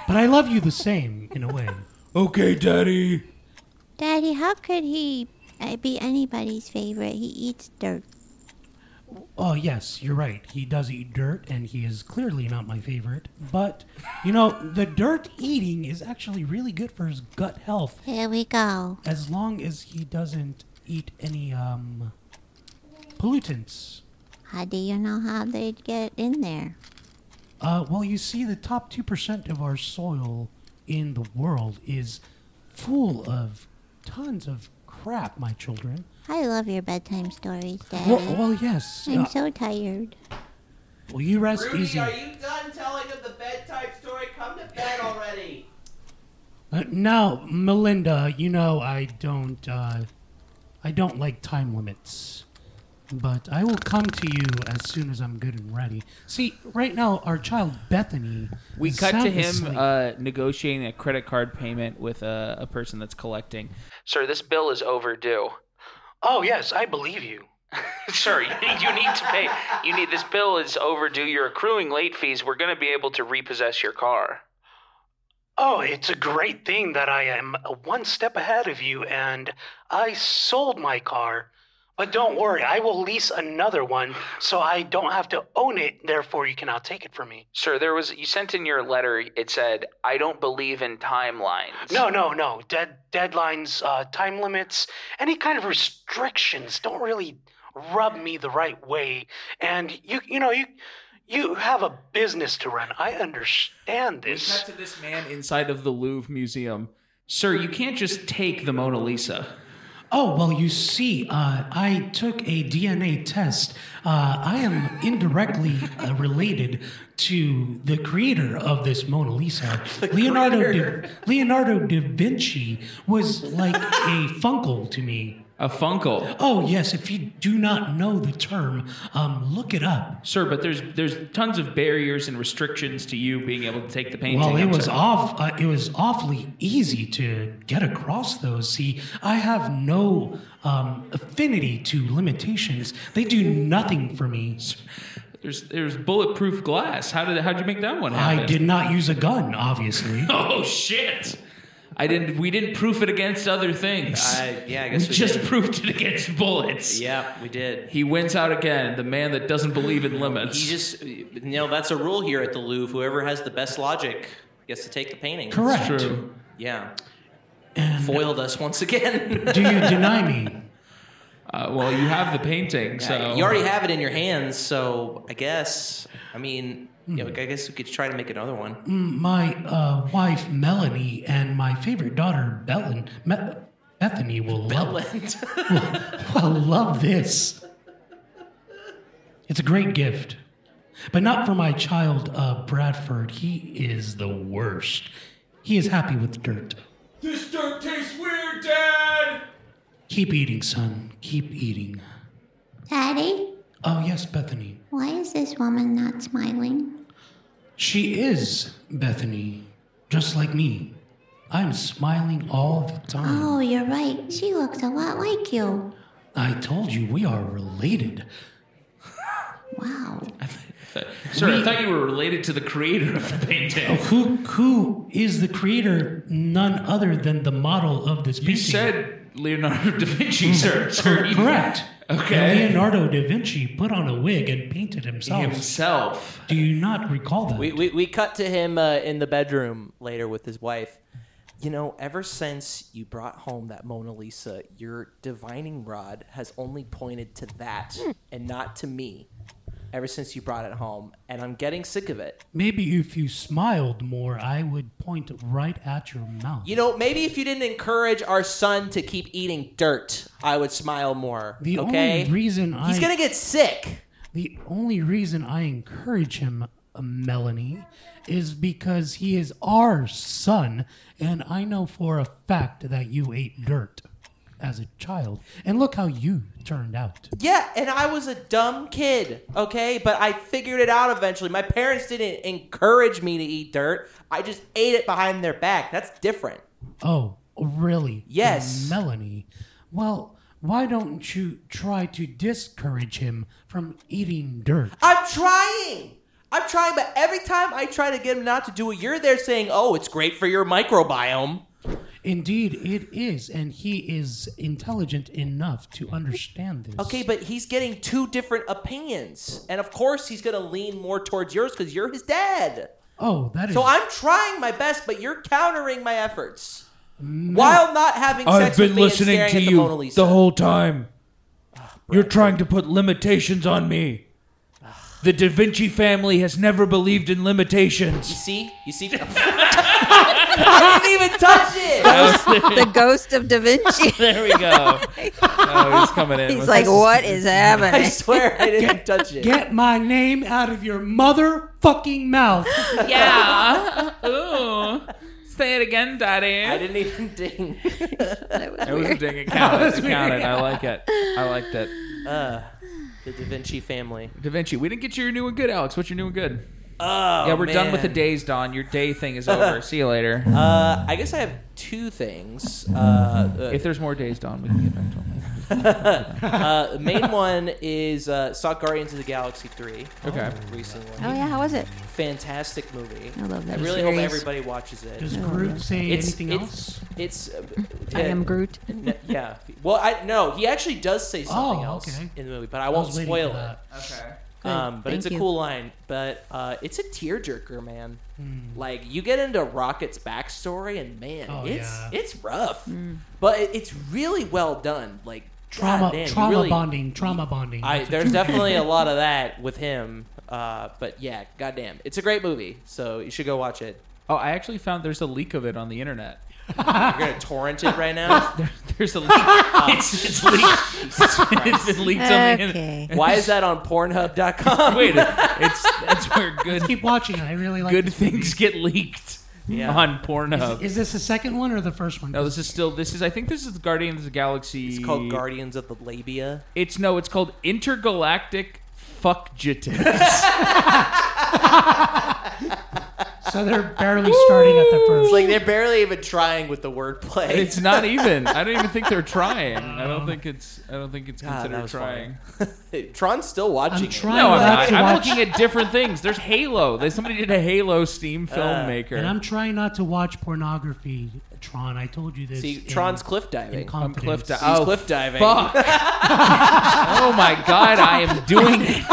[SPEAKER 2] But I love you the same, in a way.
[SPEAKER 1] okay, Daddy.
[SPEAKER 5] Daddy, how could he uh, be anybody's favorite? He eats dirt.
[SPEAKER 2] Oh yes, you're right. He does eat dirt, and he is clearly not my favorite. But you know, the dirt eating is actually really good for his gut health,
[SPEAKER 5] Here we go.
[SPEAKER 2] as long as he doesn't eat any um pollutants.
[SPEAKER 5] How do you know how they'd get it in there?
[SPEAKER 2] Uh, well, you see, the top two percent of our soil in the world is full of tons of crap, my children.
[SPEAKER 5] I love your bedtime stories, Daddy.
[SPEAKER 2] Well, well yes.
[SPEAKER 5] I'm
[SPEAKER 2] Uh,
[SPEAKER 5] so tired.
[SPEAKER 2] well, you rest easy.
[SPEAKER 3] done telling of the bedtime story? Come to bed already.
[SPEAKER 2] Uh, no, Melinda, you know I don't. Uh, I don't like time limits, but I will come to you as soon as I'm good and ready. See, right now our child Bethany.
[SPEAKER 1] We
[SPEAKER 2] is
[SPEAKER 1] cut to
[SPEAKER 2] sound
[SPEAKER 1] him
[SPEAKER 2] asleep.
[SPEAKER 1] uh, negotiating a credit card payment with a, a person that's collecting. Sir, this bill is overdue.
[SPEAKER 2] oh yes, I believe you.
[SPEAKER 1] Sir, you, you need to pay. You need this bill is overdue. You're accruing late fees. We're going to be able to repossess your car.
[SPEAKER 2] Oh, it's a great thing that I am one step ahead of you, and I sold my car. But don't worry, I will lease another one, so I don't have to own it. Therefore, you cannot take it from me.
[SPEAKER 1] Sir, there was you sent in your letter. It said, "I don't believe in timelines."
[SPEAKER 2] No, no, no. Dead deadlines, uh, time limits, any kind of restrictions don't really rub me the right way. And you, you know, you, you have a business to run. I understand
[SPEAKER 1] We
[SPEAKER 2] this.
[SPEAKER 1] cut to this man inside of the Louvre Museum. Sir, you can't just take the Mona Lisa.
[SPEAKER 2] Oh, well, you see, uh, I took a DNA test. Uh, I am indirectly uh, related to the creator of this Mona Lisa. Leonardo da, Leonardo da Vinci was like a Funkel to me.
[SPEAKER 1] A Funkel,
[SPEAKER 2] Oh, yes, if you do not know the term, um, look it up.
[SPEAKER 1] sir. But there's there's tons of barriers and restrictions to you being able to take the painting.
[SPEAKER 2] Well, it
[SPEAKER 1] I'm
[SPEAKER 2] was
[SPEAKER 1] sorry.
[SPEAKER 2] off. Uh, it was awfully easy to get across those. See, I have no um, affinity to limitations. They do nothing for me.
[SPEAKER 1] there's there's bulletproof glass. How did how'd you make that one happen?
[SPEAKER 2] I did not use a gun, obviously.
[SPEAKER 1] Oh shit! I didn't. We didn't proof it against other things.
[SPEAKER 3] I- yeah, I guess
[SPEAKER 1] we,
[SPEAKER 3] we
[SPEAKER 1] just
[SPEAKER 3] did.
[SPEAKER 1] proved it against bullets.
[SPEAKER 3] Yep, we did.
[SPEAKER 1] He wins out again. The man that doesn't believe in limits.
[SPEAKER 3] He just, you know, that's a rule here at the Louvre. Whoever has the best logic gets to take the painting.
[SPEAKER 1] It's
[SPEAKER 2] Correct.
[SPEAKER 1] true.
[SPEAKER 3] Yeah. Foiled us once again.
[SPEAKER 2] Do you deny me?
[SPEAKER 1] Uh, well, you have the painting, so
[SPEAKER 3] you already have it in your hands, so I guess. I mean, you know, I guess we could try to make another one.
[SPEAKER 2] My uh, wife Melanie and my favorite daughter Belen, Me- Bethany will love, will love this. It's a great gift, but not for my child uh, Bradford. He is the worst. He is happy with dirt.
[SPEAKER 1] This dirt tastes weird, Dad.
[SPEAKER 2] Keep eating, son. Keep eating.
[SPEAKER 5] Daddy,
[SPEAKER 2] Oh yes, Bethany.
[SPEAKER 5] why is this woman not smiling?
[SPEAKER 2] She is Bethany, just like me. I'm smiling all the time.
[SPEAKER 5] Oh, you're right. She looks a lot like you.
[SPEAKER 2] I told you we are related.
[SPEAKER 5] Wow.
[SPEAKER 1] Sir, I thought you were related to the creator of the painting.
[SPEAKER 2] Who who is the creator? None other than the model of this
[SPEAKER 1] You
[SPEAKER 2] painting.
[SPEAKER 1] said Leonardo da Vinci, sir. sir you-
[SPEAKER 2] correct.
[SPEAKER 1] Okay.
[SPEAKER 2] And Leonardo da Vinci put on a wig and painted himself.
[SPEAKER 1] Himself.
[SPEAKER 2] Do you not recall that?
[SPEAKER 3] We, we, we cut to him uh, in the bedroom later with his wife. You know, ever since you brought home that Mona Lisa, your divining rod has only pointed to that
[SPEAKER 2] Hmm.
[SPEAKER 3] and not to me. Ever since you brought it home, and I'm getting sick of it.
[SPEAKER 2] Maybe if you smiled more, I would point right at your mouth.
[SPEAKER 3] You know, maybe if you didn't encourage our son to keep eating dirt, I would smile more.
[SPEAKER 2] the
[SPEAKER 3] okay?
[SPEAKER 2] only reason I
[SPEAKER 3] He's gonna get sick.
[SPEAKER 2] the only reason I encourage him, uh, Melanie, is because he is our son, and I know for a fact that you ate dirt as a child. And look how you turned out.
[SPEAKER 3] Yeah, and I was a dumb kid, okay? But I figured it out eventually. My parents didn't encourage me to eat dirt. I just ate it behind their back. That's different.
[SPEAKER 2] Oh, really?
[SPEAKER 3] Yes.
[SPEAKER 2] Melanie. Well, why don't you try to discourage him from eating dirt?
[SPEAKER 3] I'm trying. I'm trying, but every time I try to get him not to do it, you're there saying, "Oh, it's great for your microbiome."
[SPEAKER 2] Indeed, it is, and he is intelligent enough to understand this.
[SPEAKER 3] Okay, but he's getting two different opinions. And of course, he's going to lean more towards yours cuz you're his dad.
[SPEAKER 2] Oh, that is.
[SPEAKER 3] So I'm trying my best, but you're countering my efforts. While not having sex with me and staring at the Mona Lisa.
[SPEAKER 1] whole time.
[SPEAKER 3] Ah,
[SPEAKER 1] You're trying to put limitations on me.
[SPEAKER 3] Ah.
[SPEAKER 1] The Da Vinci family has never believed in limitations.
[SPEAKER 3] You see? You see? I didn't even touch it.
[SPEAKER 4] the ghost of Da Vinci.
[SPEAKER 1] There we go. oh, he's coming in.
[SPEAKER 4] He's
[SPEAKER 1] with
[SPEAKER 4] like,
[SPEAKER 1] this.
[SPEAKER 4] what is
[SPEAKER 3] I
[SPEAKER 4] happening?
[SPEAKER 3] swear I didn't touch it.
[SPEAKER 2] Get my name out of your motherfucking mouth.
[SPEAKER 1] Yeah. Ooh. Say it again, Daddy.
[SPEAKER 3] I didn't even ding.
[SPEAKER 1] It was a ding. It counted. It counted. I like it. I liked it.
[SPEAKER 3] The Da Vinci family.
[SPEAKER 1] Da Vinci, we didn't get you your new and good, Alex. What's your new and good?
[SPEAKER 3] Oh,
[SPEAKER 1] yeah, we're done with the
[SPEAKER 3] man.
[SPEAKER 1] days, Don. Your day thing is over. See you later.
[SPEAKER 3] Uh, I guess I have two things. Uh,
[SPEAKER 1] if there's more days, Don, we can get back to them. later.
[SPEAKER 3] uh, the main one is uh, saw Guardians of the Galaxy three.
[SPEAKER 1] Okay.
[SPEAKER 3] recently.
[SPEAKER 4] Oh yeah, how was it?
[SPEAKER 3] Fantastic movie.
[SPEAKER 4] I love that
[SPEAKER 3] I really hope
[SPEAKER 4] series.
[SPEAKER 3] everybody watches it.
[SPEAKER 2] Does Groot say
[SPEAKER 3] It's-
[SPEAKER 2] anything
[SPEAKER 3] it's-
[SPEAKER 2] else?
[SPEAKER 3] It's. Uh,
[SPEAKER 4] I am Groot.
[SPEAKER 3] n- yeah. Well, I no. He actually does say something
[SPEAKER 2] Oh,
[SPEAKER 3] else
[SPEAKER 2] okay.
[SPEAKER 3] in the movie, but I
[SPEAKER 2] I
[SPEAKER 3] won't
[SPEAKER 2] was waiting
[SPEAKER 3] spoil
[SPEAKER 2] for
[SPEAKER 3] it.
[SPEAKER 2] that.
[SPEAKER 1] Okay.
[SPEAKER 4] Good.
[SPEAKER 3] Um, but it's a
[SPEAKER 4] Thank you.
[SPEAKER 3] cool line. But uh, it's a tearjerker, man. Like you get into Rocket's backstory, and man,
[SPEAKER 2] Oh,
[SPEAKER 3] it's
[SPEAKER 2] yeah.
[SPEAKER 3] it's rough.
[SPEAKER 4] Hmm.
[SPEAKER 3] But it, it's really well done. Like
[SPEAKER 2] Trauma,
[SPEAKER 3] goddamn, you
[SPEAKER 2] trauma
[SPEAKER 3] really-
[SPEAKER 2] bonding, trauma bonding.
[SPEAKER 3] I,
[SPEAKER 2] That's what
[SPEAKER 3] there's
[SPEAKER 2] you-
[SPEAKER 3] definitely a lot of that with him. Uh, but yeah, goddamn, it's a great movie. So you should go watch it.
[SPEAKER 1] Oh, I actually found there's a leak of it on the internet.
[SPEAKER 3] You're gonna torrent it right now.
[SPEAKER 1] There, there's a leak. it's, it's leaked. it's been leaked on the
[SPEAKER 4] Okay.
[SPEAKER 1] internet.
[SPEAKER 3] Why is that on Pornhub.com?
[SPEAKER 1] Wait, it's that's where good
[SPEAKER 2] Keep watching it. I really like
[SPEAKER 1] good
[SPEAKER 2] this
[SPEAKER 1] things get leaked
[SPEAKER 3] Yeah.
[SPEAKER 1] on Pornhub.
[SPEAKER 2] movie. Is this the second one or the first one?
[SPEAKER 1] no, this is still this is I think this is Guardians of the Galaxy.
[SPEAKER 3] It's called Guardians of the Labia.
[SPEAKER 1] It's no, it's called Intergalactic Fuckjatives.
[SPEAKER 2] so so they're barely starting at the first.
[SPEAKER 3] It's like they're barely even trying with the wordplay.
[SPEAKER 1] It's not even. I don't even think they're trying. I don't think it's. I don't think it's
[SPEAKER 3] God, Ah, that
[SPEAKER 1] considered
[SPEAKER 3] was
[SPEAKER 1] trying.
[SPEAKER 3] funny. Tron's still watching.
[SPEAKER 2] I'm
[SPEAKER 3] it.
[SPEAKER 2] trying
[SPEAKER 1] No, I'm
[SPEAKER 2] not
[SPEAKER 1] not.
[SPEAKER 2] to
[SPEAKER 1] I'm
[SPEAKER 2] watch,
[SPEAKER 1] looking at different things. There's Halo. There's somebody did a Halo
[SPEAKER 3] Uh,
[SPEAKER 1] Steam filmmaker.
[SPEAKER 2] and I'm trying not to watch pornography. Tron, I told you this.
[SPEAKER 3] See,
[SPEAKER 2] in-
[SPEAKER 3] Tron's cliff
[SPEAKER 2] in
[SPEAKER 3] diving.
[SPEAKER 2] confidence.
[SPEAKER 1] cliff di-
[SPEAKER 3] He's
[SPEAKER 1] Oh,
[SPEAKER 3] cliff diving.
[SPEAKER 1] Fuck. oh my god, I am doing it.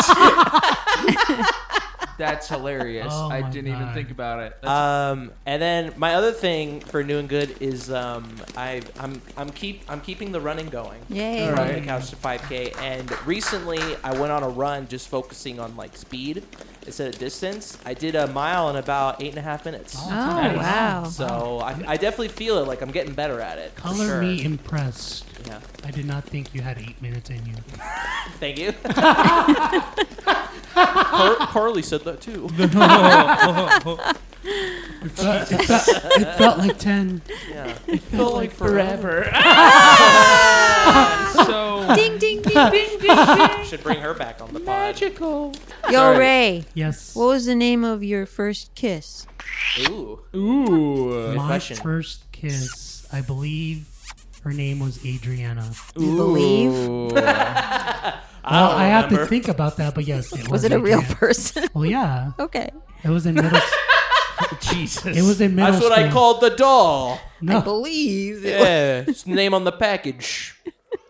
[SPEAKER 1] That's hilarious.
[SPEAKER 2] Oh
[SPEAKER 1] I
[SPEAKER 2] my
[SPEAKER 1] didn't even
[SPEAKER 2] God.
[SPEAKER 1] think about it. That's-
[SPEAKER 3] Um, and then my other thing for new and good is um, I I'm I'm keep I'm keeping the running going.
[SPEAKER 4] Yay.
[SPEAKER 3] From
[SPEAKER 1] Alright.
[SPEAKER 3] the couch to 5K, and recently I went on a run just focusing on like speed instead of distance. I did a mile in about eight and a half minutes.
[SPEAKER 4] Oh,
[SPEAKER 2] Nice.
[SPEAKER 4] wow.
[SPEAKER 3] So I, I definitely feel it. Like I'm getting better at it. for
[SPEAKER 2] Color
[SPEAKER 3] sure.
[SPEAKER 2] me impressed.
[SPEAKER 3] Yeah.
[SPEAKER 2] I did not think you had eight minutes in you.
[SPEAKER 3] Thank you. Cor- Carly said that too.
[SPEAKER 2] It felt, it felt- it felt like ten.
[SPEAKER 3] Yeah. Felt like
[SPEAKER 1] forever. so
[SPEAKER 4] Ding, ding, ding, ding, ding.
[SPEAKER 3] Should bring her back on the pod.
[SPEAKER 4] Yo, Ray,
[SPEAKER 2] Yes.
[SPEAKER 4] what was the name of your first kiss?
[SPEAKER 3] Ooh.
[SPEAKER 1] ooh,
[SPEAKER 2] My
[SPEAKER 3] question.
[SPEAKER 2] first kiss, I believe, her name was Adriana.
[SPEAKER 4] You believe?
[SPEAKER 2] Well, I have to
[SPEAKER 3] remember.
[SPEAKER 2] think about that, but yes, it was.
[SPEAKER 4] Was it a real
[SPEAKER 2] Adriana.
[SPEAKER 4] person?
[SPEAKER 2] Well, yeah,
[SPEAKER 4] okay.
[SPEAKER 2] it was in middle.
[SPEAKER 1] Jesus.
[SPEAKER 2] it was in middle
[SPEAKER 3] That's what
[SPEAKER 2] school.
[SPEAKER 3] I called the doll.
[SPEAKER 5] Oh.
[SPEAKER 4] I
[SPEAKER 2] No,
[SPEAKER 4] believe.
[SPEAKER 3] Yeah. it's the name on the package.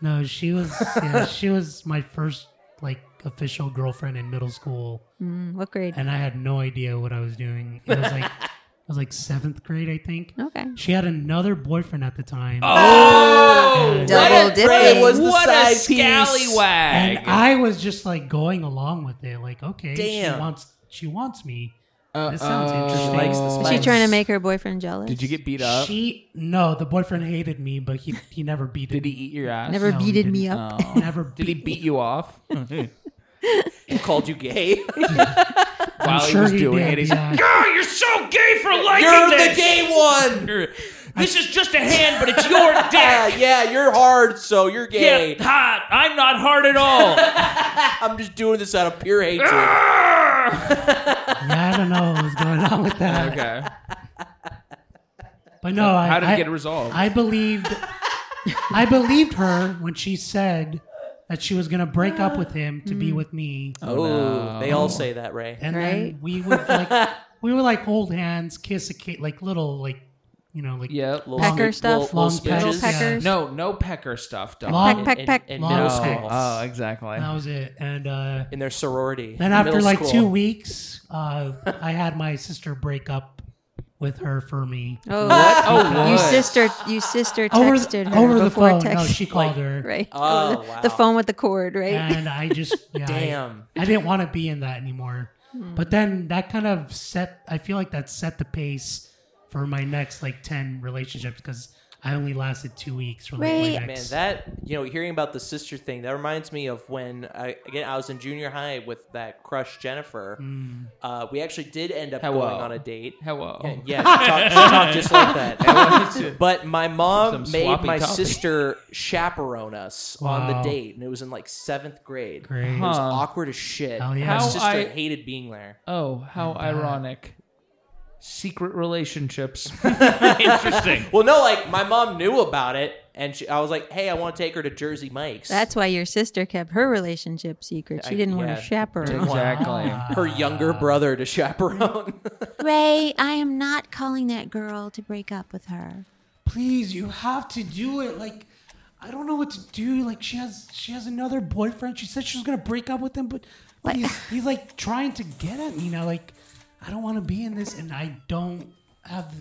[SPEAKER 2] no, she was. Yeah, she was my first like official girlfriend in middle school,
[SPEAKER 4] Mm, what grade?
[SPEAKER 2] and I had no idea what I was doing. It was like, it was like seventh grade, I think.
[SPEAKER 4] Okay.
[SPEAKER 2] She had another boyfriend at the time.
[SPEAKER 1] Oh,
[SPEAKER 4] Double
[SPEAKER 1] what a-
[SPEAKER 4] dipping.
[SPEAKER 3] Ray was the
[SPEAKER 1] what
[SPEAKER 3] side
[SPEAKER 1] a
[SPEAKER 3] piece.
[SPEAKER 1] scallywag.
[SPEAKER 2] and I was just like going along with it, like okay,
[SPEAKER 3] Damn.
[SPEAKER 2] she wants she wants me.
[SPEAKER 1] Uh,
[SPEAKER 2] This sounds
[SPEAKER 1] uh,
[SPEAKER 2] interesting.
[SPEAKER 3] She likes the
[SPEAKER 4] Is she trying to make her boyfriend jealous?
[SPEAKER 1] Did you get beat up?
[SPEAKER 2] She no, the boyfriend hated me, but he he never beat
[SPEAKER 1] Did he
[SPEAKER 2] me.
[SPEAKER 1] eat your ass?
[SPEAKER 4] Never
[SPEAKER 2] No, he
[SPEAKER 4] beated me
[SPEAKER 2] didn't.
[SPEAKER 4] up.
[SPEAKER 1] Oh.
[SPEAKER 2] Never
[SPEAKER 1] Did he
[SPEAKER 2] beat
[SPEAKER 1] beat you off?
[SPEAKER 3] He called you gay.
[SPEAKER 1] While
[SPEAKER 2] I'm
[SPEAKER 1] he
[SPEAKER 2] sure
[SPEAKER 1] was
[SPEAKER 2] he
[SPEAKER 1] doing
[SPEAKER 2] did,
[SPEAKER 1] it, he's
[SPEAKER 2] yeah.
[SPEAKER 1] like, "Girl, you're so gay for liking
[SPEAKER 3] you're the
[SPEAKER 1] this.
[SPEAKER 3] gay one.
[SPEAKER 1] You're- This is just a hand, but it's your
[SPEAKER 3] Yeah,
[SPEAKER 1] dick.
[SPEAKER 3] Uh, yeah, you're hard, so you're gay.
[SPEAKER 1] Get hot. I'm not hard at all.
[SPEAKER 3] I'm just doing this out of pure hatred.
[SPEAKER 2] Yeah, I don't know what was going on with that.
[SPEAKER 1] okay.
[SPEAKER 2] But no, I,
[SPEAKER 1] How did it
[SPEAKER 2] I-
[SPEAKER 1] get resolved?
[SPEAKER 2] I believed, I believed her when she said that she was gonna break up with him to
[SPEAKER 4] Mm.
[SPEAKER 2] be with me,
[SPEAKER 3] oh, they all say that, Ray.
[SPEAKER 2] and
[SPEAKER 4] Right.
[SPEAKER 2] then we would like we would like hold hands, kiss, a ki- like little like you know like
[SPEAKER 1] yeah.
[SPEAKER 4] Pecker
[SPEAKER 3] Long-
[SPEAKER 4] stuff?
[SPEAKER 3] long
[SPEAKER 2] Long
[SPEAKER 4] Little
[SPEAKER 3] speeches.
[SPEAKER 2] peckers, yeah.
[SPEAKER 4] peckers?
[SPEAKER 1] No, no pecker stuff, dog.
[SPEAKER 2] Long-
[SPEAKER 4] Peck, peck,
[SPEAKER 3] In-
[SPEAKER 4] peck.
[SPEAKER 3] in
[SPEAKER 2] Long
[SPEAKER 3] middle
[SPEAKER 2] stick.
[SPEAKER 3] school.
[SPEAKER 1] Oh, exactly.
[SPEAKER 2] that was it. And uh,
[SPEAKER 3] in their sorority.
[SPEAKER 2] then after
[SPEAKER 3] middle
[SPEAKER 2] like
[SPEAKER 3] school.
[SPEAKER 2] two weeks, uh, I had my sister break up with her for me.
[SPEAKER 4] Oh,
[SPEAKER 1] Oh,
[SPEAKER 4] you
[SPEAKER 1] what?
[SPEAKER 4] sister, you sister
[SPEAKER 2] Over
[SPEAKER 4] texted
[SPEAKER 2] the,
[SPEAKER 4] her
[SPEAKER 2] over the
[SPEAKER 4] before
[SPEAKER 2] phone.
[SPEAKER 4] text.
[SPEAKER 2] No, she called her.
[SPEAKER 4] right.
[SPEAKER 3] Oh,
[SPEAKER 4] Over the,
[SPEAKER 3] wow.
[SPEAKER 4] the phone with the cord, right?
[SPEAKER 2] and I just yeah, I-
[SPEAKER 3] Damn.
[SPEAKER 2] I, didn't want to be in that anymore. But then that kind of set. I feel like that set the pace for my next like ten relationships because I only lasted two weeks for like,
[SPEAKER 4] Right.
[SPEAKER 2] my
[SPEAKER 3] Man,
[SPEAKER 2] next.
[SPEAKER 3] that you know, hearing about the sister thing that reminds me of when I again I was in junior high with that crush Jennifer. Uh, we actually did end up
[SPEAKER 1] Hello.
[SPEAKER 3] going on a date.
[SPEAKER 1] Hello.
[SPEAKER 3] Yeah, she talked, she talked just like that. but my mom
[SPEAKER 1] Some
[SPEAKER 3] made
[SPEAKER 1] sloppy
[SPEAKER 3] my
[SPEAKER 1] topping.
[SPEAKER 3] sister chaperone us on the
[SPEAKER 2] Wow.
[SPEAKER 3] date, and it was in like seventh grade. It
[SPEAKER 2] Great.
[SPEAKER 1] Huh.
[SPEAKER 3] was awkward as shit.
[SPEAKER 2] Hell yeah.
[SPEAKER 3] My
[SPEAKER 2] How
[SPEAKER 3] sister
[SPEAKER 1] I-
[SPEAKER 3] hated being there.
[SPEAKER 1] Oh, how ironic. Secret relationships. Interesting.
[SPEAKER 3] Well, no, like my mom knew about it, and she, I was like, "Hey, I want to take her to Jersey Mike's."
[SPEAKER 4] That's why your sister kept her relationship secret. She
[SPEAKER 3] I-
[SPEAKER 4] didn't want
[SPEAKER 3] yeah.
[SPEAKER 4] to chaperone.
[SPEAKER 1] Exactly.
[SPEAKER 3] her younger brother to chaperone.
[SPEAKER 5] Ray, I am not calling that girl to break up with her.
[SPEAKER 2] Please, you have to do it. Like, I don't know what to do. Like, she has she has another boyfriend. She said she was gonna break up with him, but like, he's he's like trying to get at me now. Like, I don't want to be in this, and I don't have.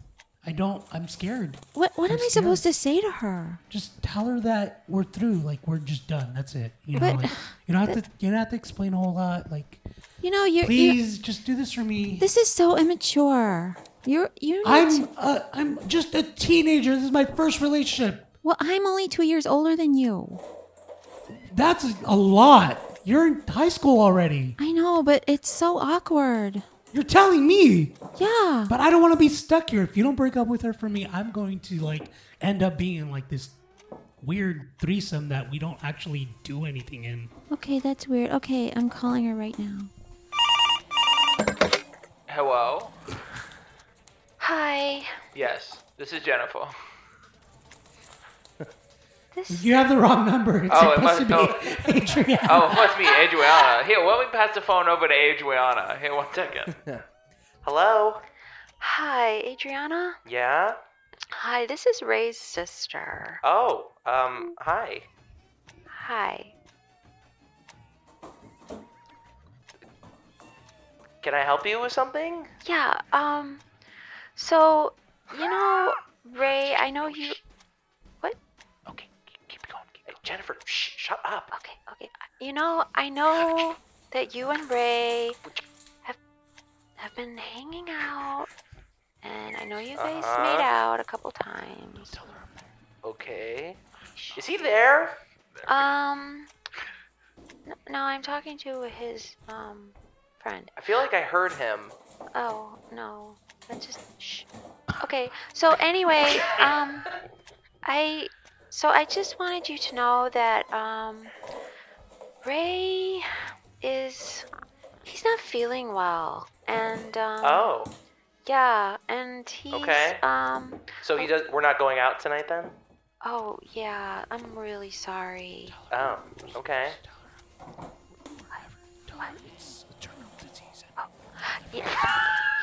[SPEAKER 2] I don't. I'm scared.
[SPEAKER 5] What what am I
[SPEAKER 2] scared.
[SPEAKER 5] supposed to say to her?
[SPEAKER 2] just tell her that we're through. Like we're just done. That's it. You know,
[SPEAKER 5] But-
[SPEAKER 2] like, you don't have to. You don't have to explain a whole lot. Like,
[SPEAKER 5] You know, you're, you're
[SPEAKER 2] please, just do this for me.
[SPEAKER 5] this is so immature. You're you're not-
[SPEAKER 2] I'm uh, I'm just a teenager. This is my first relationship.
[SPEAKER 5] well, I'm only two years older than you.
[SPEAKER 2] That's a lot. You're in high school already.
[SPEAKER 5] I know, but it's so awkward.
[SPEAKER 2] You're telling me,
[SPEAKER 5] Yeah.
[SPEAKER 2] but I don't want to be stuck here. If you don't break up with her for me, I'm going to like end up being in like this weird threesome that we don't actually do anything in.
[SPEAKER 5] Okay, that's weird. Okay, I'm calling her right now.
[SPEAKER 1] Hello.
[SPEAKER 4] Hi.
[SPEAKER 1] Yes, this is Jennifer.
[SPEAKER 4] This
[SPEAKER 2] You have the wrong number. It's
[SPEAKER 1] Oh, it
[SPEAKER 2] supposed
[SPEAKER 1] must-
[SPEAKER 2] to be Adriana.
[SPEAKER 1] Oh, it must be Adriana. Here, let me pass the phone over to Adriana. Here, one second.
[SPEAKER 3] Hello?
[SPEAKER 4] Hi, Adriana.
[SPEAKER 3] Yeah?
[SPEAKER 4] Hi, this is Ray's sister.
[SPEAKER 3] Oh, um,
[SPEAKER 4] Hmm.
[SPEAKER 3] hi.
[SPEAKER 4] Hi.
[SPEAKER 3] Can I help you with something?
[SPEAKER 4] Yeah, um so you know, Ray, I know you
[SPEAKER 3] Okay, keep going. Hey, Jennifer, shh, shut up.
[SPEAKER 4] Okay, okay. You know, I know that you and Ray have have been hanging out and I know you guys
[SPEAKER 3] Uh-huh.
[SPEAKER 4] made out a couple times.
[SPEAKER 3] Okay. Is he there?
[SPEAKER 4] Um no, no, I'm talking to his um friend.
[SPEAKER 3] I feel like I heard him.
[SPEAKER 4] Oh no, that's just shh. Okay, so anyway, um, I so I just wanted you to know that um, Ray is he's not feeling well, and um,
[SPEAKER 3] Oh,
[SPEAKER 4] yeah, and he's
[SPEAKER 3] Okay.
[SPEAKER 4] um,
[SPEAKER 3] so he does. We're not going out tonight then?
[SPEAKER 4] oh yeah, I'm really sorry.
[SPEAKER 3] Oh, okay.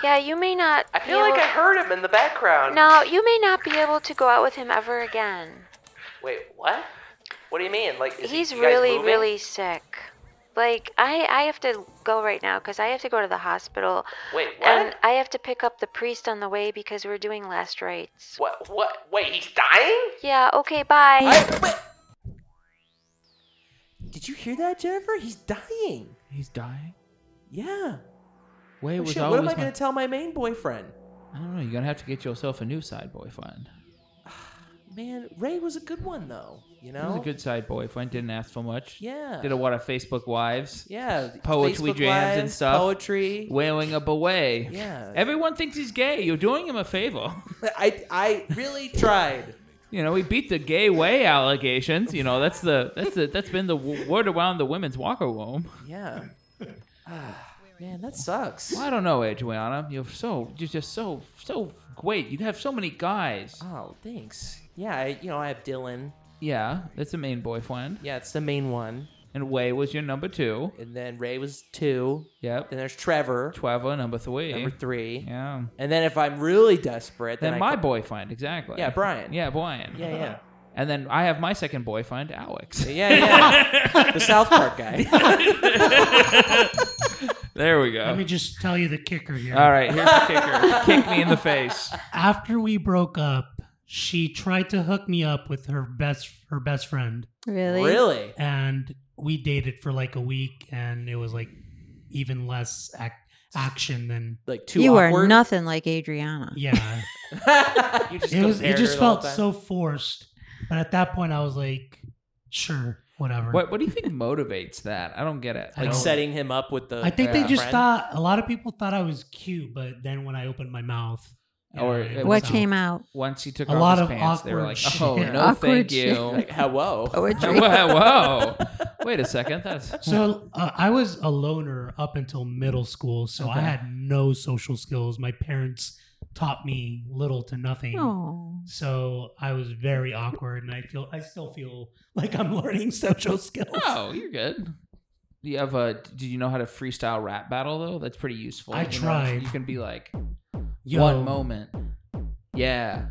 [SPEAKER 4] Yeah, you may not.
[SPEAKER 3] I feel
[SPEAKER 4] be
[SPEAKER 3] like
[SPEAKER 4] able-
[SPEAKER 3] I heard him in the background.
[SPEAKER 4] no, you may not be able to go out with him ever again.
[SPEAKER 3] Wait, what? What do you mean? Like, is he-
[SPEAKER 4] He's
[SPEAKER 3] you guys
[SPEAKER 4] really,
[SPEAKER 3] moving?
[SPEAKER 4] really sick. Like I, I have to go right now because I have to go to the hospital,
[SPEAKER 3] Wait, what?
[SPEAKER 4] and I have to pick up the priest on the way because we're doing last rites.
[SPEAKER 3] What? What? Wait, he's dying?
[SPEAKER 4] Yeah. Okay. Bye.
[SPEAKER 3] Did you hear that, Jennifer? He's dying.
[SPEAKER 1] He's dying.
[SPEAKER 3] Yeah.
[SPEAKER 1] Wait,
[SPEAKER 3] Oh,
[SPEAKER 1] was
[SPEAKER 3] shit, what
[SPEAKER 1] always
[SPEAKER 3] am I
[SPEAKER 1] my-
[SPEAKER 3] gonna tell my main boyfriend?
[SPEAKER 1] I don't know. You're gonna have to get yourself a new side boyfriend.
[SPEAKER 3] Man, Ray was a good one though.
[SPEAKER 1] He
[SPEAKER 3] You
[SPEAKER 1] was
[SPEAKER 3] know.
[SPEAKER 1] a good side boyfriend. Didn't ask for much.
[SPEAKER 3] Yeah.
[SPEAKER 1] Did a lot of Facebook lives,
[SPEAKER 3] yeah.
[SPEAKER 1] poetry
[SPEAKER 3] Facebook
[SPEAKER 1] jams and
[SPEAKER 3] lives,
[SPEAKER 1] stuff.
[SPEAKER 3] Poetry.
[SPEAKER 1] wailing up away.
[SPEAKER 3] Yeah.
[SPEAKER 1] Everyone thinks he's gay. You're doing him a favor.
[SPEAKER 3] I I really tried.
[SPEAKER 1] You know, we beat the gay way allegations. You know, that's the that's the that's been the w- word around the women's locker room.
[SPEAKER 3] Yeah. Ah, man, that sucks.
[SPEAKER 1] Well, I don't know, Adriana. You're so you're just so so great. You have so many guys.
[SPEAKER 3] Oh, thanks. Yeah, I, you know I have Dylan.
[SPEAKER 1] Yeah, that's the main boyfriend.
[SPEAKER 3] Yeah, it's the main one.
[SPEAKER 1] And Way was your number two.
[SPEAKER 3] And then Ray was two.
[SPEAKER 1] Yep.
[SPEAKER 3] Then there's Trevor,
[SPEAKER 1] Trevor, number three.
[SPEAKER 3] number three.
[SPEAKER 1] Yeah.
[SPEAKER 3] And then if I'm really desperate, then,
[SPEAKER 1] Then
[SPEAKER 3] I
[SPEAKER 1] my
[SPEAKER 3] ca-
[SPEAKER 1] boyfriend, exactly.
[SPEAKER 3] Yeah, Brian.
[SPEAKER 1] Yeah, Brian.
[SPEAKER 3] Yeah, yeah.
[SPEAKER 1] And then I have my second boyfriend, Alex.
[SPEAKER 3] Yeah, yeah. the South Park guy.
[SPEAKER 1] There we go.
[SPEAKER 6] Let me just tell you the kicker here.
[SPEAKER 1] Uh, All right, here's the kicker. Kick me in the face.
[SPEAKER 2] After we broke up, she tried to hook me up with her best her best friend,
[SPEAKER 7] Really?
[SPEAKER 3] really?
[SPEAKER 2] and we dated for like a week, and it was like even less ac- action than
[SPEAKER 3] Like too
[SPEAKER 7] You
[SPEAKER 3] awkward.
[SPEAKER 7] are nothing like Adriana.
[SPEAKER 2] yeah.
[SPEAKER 3] you just
[SPEAKER 2] it was.
[SPEAKER 3] compared
[SPEAKER 2] It just
[SPEAKER 3] all
[SPEAKER 2] felt
[SPEAKER 3] the time.
[SPEAKER 2] so forced. But at that point, I was like, sure, whatever.
[SPEAKER 1] What What do you think motivates that? I don't get it.
[SPEAKER 2] I
[SPEAKER 3] like
[SPEAKER 2] don't-
[SPEAKER 3] setting him up with the.
[SPEAKER 2] I think
[SPEAKER 1] Yeah.
[SPEAKER 2] they just
[SPEAKER 3] uh, friend.
[SPEAKER 2] thought a lot of people thought I was cute, but then when I opened my mouth, you
[SPEAKER 1] Or-
[SPEAKER 2] it
[SPEAKER 7] What
[SPEAKER 2] was
[SPEAKER 7] came out?
[SPEAKER 1] once he took
[SPEAKER 2] A
[SPEAKER 1] off
[SPEAKER 2] lot
[SPEAKER 1] his
[SPEAKER 2] of
[SPEAKER 1] pants, they were
[SPEAKER 2] awkward
[SPEAKER 1] like,
[SPEAKER 2] shit.
[SPEAKER 1] "Oh no,
[SPEAKER 7] Awkward
[SPEAKER 1] thank
[SPEAKER 7] shit.
[SPEAKER 1] you."
[SPEAKER 3] Like,
[SPEAKER 1] Oh,
[SPEAKER 3] hello.
[SPEAKER 7] Poetry.
[SPEAKER 1] whoa, whoa. Wait a second. That's
[SPEAKER 2] So uh, I was a loner up until middle school, so I
[SPEAKER 1] Okay.
[SPEAKER 2] had no social skills. My parents taught me little to nothing.
[SPEAKER 7] Oh.
[SPEAKER 2] So I was very awkward, and I feel I still feel like I'm learning social skills.
[SPEAKER 1] oh, you're good. Do you have a? Do you know how to freestyle rap battle though? That's pretty useful.
[SPEAKER 2] I
[SPEAKER 1] You know,
[SPEAKER 2] tried.
[SPEAKER 1] You can be like
[SPEAKER 2] Yo,
[SPEAKER 1] one moment. Yeah,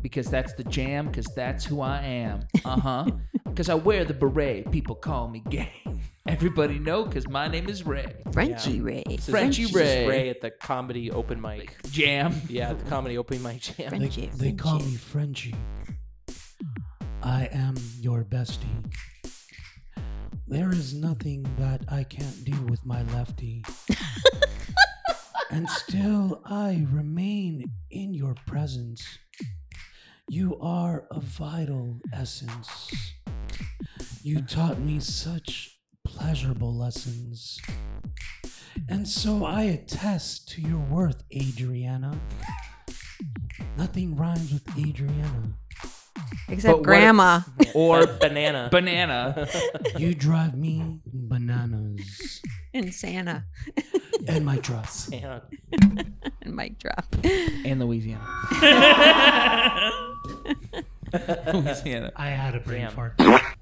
[SPEAKER 1] because that's the jam. Because that's who I am. Uh huh. Because I wear the beret. People call me gay. Everybody know because my name is Ray.
[SPEAKER 7] Frenchie Ray.
[SPEAKER 3] This is
[SPEAKER 1] Frenchie
[SPEAKER 3] Jesus
[SPEAKER 1] Ray.
[SPEAKER 3] Ray at the comedy open mic.
[SPEAKER 1] Jam.
[SPEAKER 3] Yeah, the comedy open mic jam.
[SPEAKER 2] They,
[SPEAKER 7] Frenchie.
[SPEAKER 2] they call
[SPEAKER 7] Frenchie.
[SPEAKER 2] me Frenchie. I am your bestie. There is nothing that I can't do with my lefty. and still I remain in your presence. You are a vital essence. You taught me such pleasurable lessons. And so I attest to your worth, Adriana. Nothing rhymes with Adriana.
[SPEAKER 1] But
[SPEAKER 7] Except
[SPEAKER 1] what-
[SPEAKER 7] grandma.
[SPEAKER 1] Or
[SPEAKER 3] Banana.
[SPEAKER 1] banana.
[SPEAKER 2] You drive me bananas.
[SPEAKER 7] and Santa.
[SPEAKER 2] and my trust.
[SPEAKER 3] Yeah.
[SPEAKER 4] and mic drop.
[SPEAKER 1] and Louisiana. Louisiana.
[SPEAKER 2] I had a brain
[SPEAKER 3] Damn.
[SPEAKER 2] fart.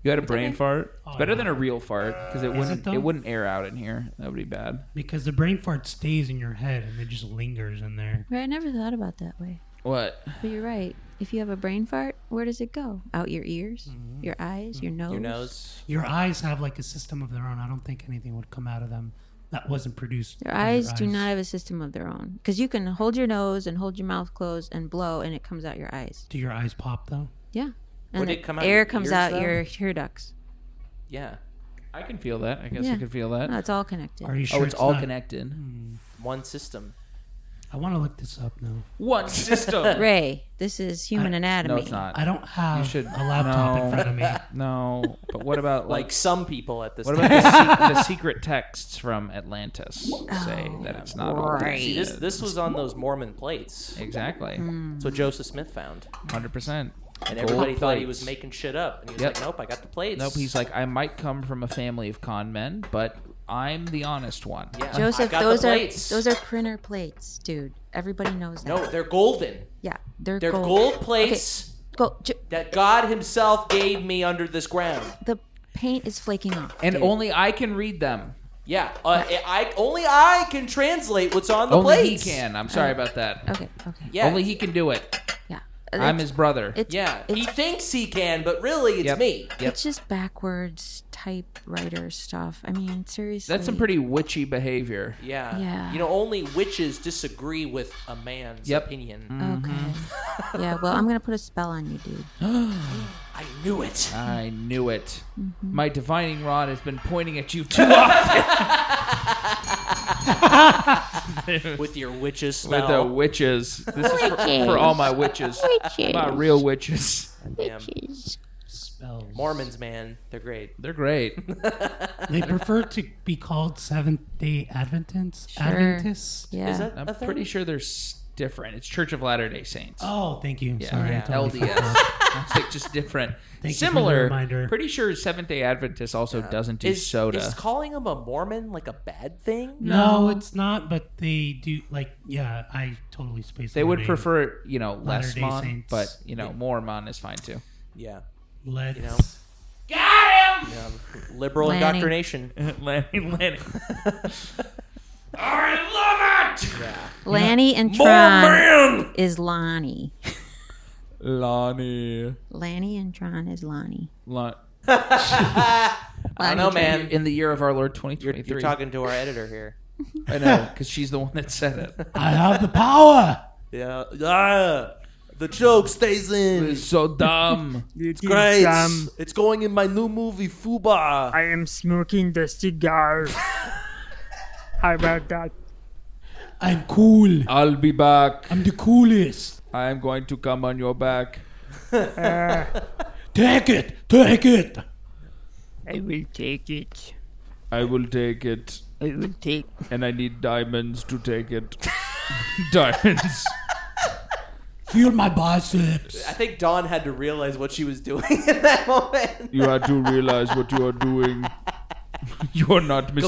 [SPEAKER 1] You had a brain fart. It's better than a real fart because it wouldn't.
[SPEAKER 2] though?
[SPEAKER 1] It, wouldn't air out in here. That would be bad.
[SPEAKER 2] Because the brain fart stays in your head and it just lingers in there.
[SPEAKER 4] Right, I never thought about that way.
[SPEAKER 1] What?
[SPEAKER 4] But you're right. If you have a brain fart, where does it go? Out your ears, your eyes, your nose.
[SPEAKER 3] Mm-hmm. Your nose.
[SPEAKER 2] Your eyes have like a system of their own. I don't think anything would come out of them that wasn't produced.
[SPEAKER 4] Their
[SPEAKER 2] by your
[SPEAKER 4] eyes do not have a system of their own because you can hold your nose and hold your mouth closed and blow, and it comes out your eyes.
[SPEAKER 2] Do your eyes pop though?
[SPEAKER 4] Yeah, and
[SPEAKER 3] Would
[SPEAKER 4] the
[SPEAKER 3] it come out
[SPEAKER 4] air
[SPEAKER 3] your
[SPEAKER 4] comes
[SPEAKER 3] ears,
[SPEAKER 4] out
[SPEAKER 3] though?
[SPEAKER 4] your ear ducts.
[SPEAKER 3] Yeah.
[SPEAKER 1] I can feel that. I guess I
[SPEAKER 4] Yeah.
[SPEAKER 1] can feel that.
[SPEAKER 4] No, it's all connected.
[SPEAKER 2] Are you sure?
[SPEAKER 1] oh, it's, all
[SPEAKER 2] not-
[SPEAKER 1] connected.
[SPEAKER 3] One system.
[SPEAKER 2] I want to look this up now.
[SPEAKER 1] One system.
[SPEAKER 4] Ray, this is human anatomy.
[SPEAKER 1] no, it's not.
[SPEAKER 2] I don't have
[SPEAKER 1] should-
[SPEAKER 2] a laptop
[SPEAKER 1] no.
[SPEAKER 2] in front of me.
[SPEAKER 1] no, but what about like?
[SPEAKER 3] Like some people at this
[SPEAKER 1] what
[SPEAKER 3] time.
[SPEAKER 1] about the, se- the secret texts from Atlantis say that it's not all that
[SPEAKER 4] right.
[SPEAKER 1] it
[SPEAKER 3] See, this, Hmm.
[SPEAKER 1] is?
[SPEAKER 3] this was on those Mormon plates.
[SPEAKER 1] exactly,
[SPEAKER 3] That's what Joseph Smith found.
[SPEAKER 1] hundred percent.
[SPEAKER 3] And everybody thought he was making shit up. And he was
[SPEAKER 1] Yep.
[SPEAKER 3] like, nope, I got the plates.
[SPEAKER 1] Nope, he's like, I might come from a family of con men, but I'm the honest one.
[SPEAKER 3] Yeah, I
[SPEAKER 4] Joseph,
[SPEAKER 3] got
[SPEAKER 4] those
[SPEAKER 3] the
[SPEAKER 4] are
[SPEAKER 3] plates.
[SPEAKER 4] those are printer plates, dude. Everybody knows that.
[SPEAKER 3] No, they're golden.
[SPEAKER 4] Yeah, they're,
[SPEAKER 3] They're gold, plates
[SPEAKER 4] Gold. Ju-
[SPEAKER 3] that God Himself gave me under this ground.
[SPEAKER 4] the paint is flaking off.
[SPEAKER 1] And
[SPEAKER 4] dude.
[SPEAKER 1] only I can read them.
[SPEAKER 3] Yeah, uh, I only I can translate what's on the
[SPEAKER 1] Only
[SPEAKER 3] plates.
[SPEAKER 1] he can. I'm sorry about that.
[SPEAKER 4] Okay. Okay.
[SPEAKER 3] Yeah,
[SPEAKER 1] Only he can do it.
[SPEAKER 4] Yeah.
[SPEAKER 1] I'm
[SPEAKER 4] It's-
[SPEAKER 1] his brother.
[SPEAKER 4] It's,
[SPEAKER 3] yeah.
[SPEAKER 4] It's,
[SPEAKER 3] he thinks he can, but really it's
[SPEAKER 1] Yep.
[SPEAKER 3] me.
[SPEAKER 1] Yep.
[SPEAKER 4] it's just backwards typewriter stuff. I mean, seriously.
[SPEAKER 1] That's some pretty witchy behavior.
[SPEAKER 3] Yeah.
[SPEAKER 4] Yeah.
[SPEAKER 3] You know, only witches disagree with a man's
[SPEAKER 1] Yep. Mm.
[SPEAKER 3] opinion.
[SPEAKER 4] Okay.
[SPEAKER 1] Mm-hmm.
[SPEAKER 4] yeah. Well, I'm gonna put a spell on you, dude.
[SPEAKER 3] I knew it.
[SPEAKER 1] I knew it. My divining rod has been pointing at you too often
[SPEAKER 3] With your witches
[SPEAKER 1] with the
[SPEAKER 3] spell.
[SPEAKER 1] witches. This is for, for all my witches. My real witches.
[SPEAKER 3] Damn.
[SPEAKER 2] Spells.
[SPEAKER 3] Mormons, man. They're great.
[SPEAKER 1] They're great.
[SPEAKER 2] They prefer to be called Seventh Day Adventists.
[SPEAKER 4] Sure.
[SPEAKER 2] Adventists.
[SPEAKER 4] Yeah.
[SPEAKER 3] Is that
[SPEAKER 1] I'm
[SPEAKER 3] a thing?
[SPEAKER 1] pretty sure they're s- different. It's Church of Latter Day Saints.
[SPEAKER 2] Oh, thank you.
[SPEAKER 1] Yeah,
[SPEAKER 2] Sorry, I
[SPEAKER 1] yeah.
[SPEAKER 2] totally
[SPEAKER 1] LDS.
[SPEAKER 2] forgot.
[SPEAKER 1] It's like just different.
[SPEAKER 2] Thank you for the
[SPEAKER 1] Similar.
[SPEAKER 2] reminder.
[SPEAKER 1] pretty sure Seventh Day Adventist also doesn't do
[SPEAKER 3] Is,
[SPEAKER 1] soda.
[SPEAKER 3] is calling him a Mormon like a bad thing?
[SPEAKER 4] Mm.
[SPEAKER 2] No, it's not. But they do like yeah. I totally spaced.
[SPEAKER 1] they
[SPEAKER 2] on the
[SPEAKER 1] would
[SPEAKER 2] name.
[SPEAKER 1] prefer, you know, less
[SPEAKER 2] Latter-day
[SPEAKER 1] mon,
[SPEAKER 2] Saints.
[SPEAKER 1] but you know, more mon is fine too.
[SPEAKER 3] Yeah.
[SPEAKER 2] Let's.
[SPEAKER 3] know?
[SPEAKER 1] Got him.
[SPEAKER 3] Um, liberal
[SPEAKER 4] Lanny.
[SPEAKER 3] indoctrination.
[SPEAKER 1] Lenny, Lenny. I love it.
[SPEAKER 4] Lanny and Tron is Lonnie.
[SPEAKER 1] Lonnie.
[SPEAKER 4] Lanny and Tron is Lonnie.
[SPEAKER 1] Lon-
[SPEAKER 3] I don't know, man.
[SPEAKER 1] In the year of our Lord
[SPEAKER 3] You're,
[SPEAKER 1] 2023.
[SPEAKER 3] you're talking to our editor here.
[SPEAKER 1] I know, because she's the one that said it.
[SPEAKER 2] I have the power.
[SPEAKER 3] Yeah. Ah, the joke stays in.
[SPEAKER 1] It's so dumb.
[SPEAKER 8] It's
[SPEAKER 3] Great. it's going in my new movie, Fuba.
[SPEAKER 8] I am smoking the cigar. How about that?
[SPEAKER 2] I'm cool.
[SPEAKER 1] I'll be back.
[SPEAKER 2] I'm the coolest.
[SPEAKER 1] I am going to come on your back.
[SPEAKER 2] Take it. Take it.
[SPEAKER 8] I will take it.
[SPEAKER 1] I will take it.
[SPEAKER 8] I will take.
[SPEAKER 1] and I need diamonds to take it. diamonds.
[SPEAKER 2] Feel my biceps.
[SPEAKER 1] Uh,
[SPEAKER 3] I think Dawn had to realize what she was doing in that moment.
[SPEAKER 1] You have to realize what you are doing. you are not Mr.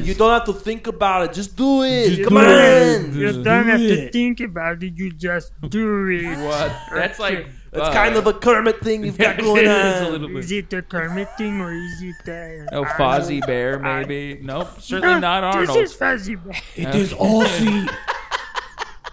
[SPEAKER 1] Freeze.
[SPEAKER 3] don't have to think about it. Just do it.
[SPEAKER 2] Just do it.
[SPEAKER 8] Uh, You don't have to
[SPEAKER 2] it.
[SPEAKER 8] think about it. You just do it.
[SPEAKER 1] what? That's like
[SPEAKER 3] It's kind of a Kermit thing you've got going on.
[SPEAKER 8] Is it a Kermit thing or is it a?
[SPEAKER 1] Oh, Fozzie Bear, maybe. nope, certainly
[SPEAKER 8] Arnold?
[SPEAKER 1] not Arnold.
[SPEAKER 8] This is Fozzie Bear.
[SPEAKER 2] It is Aussie.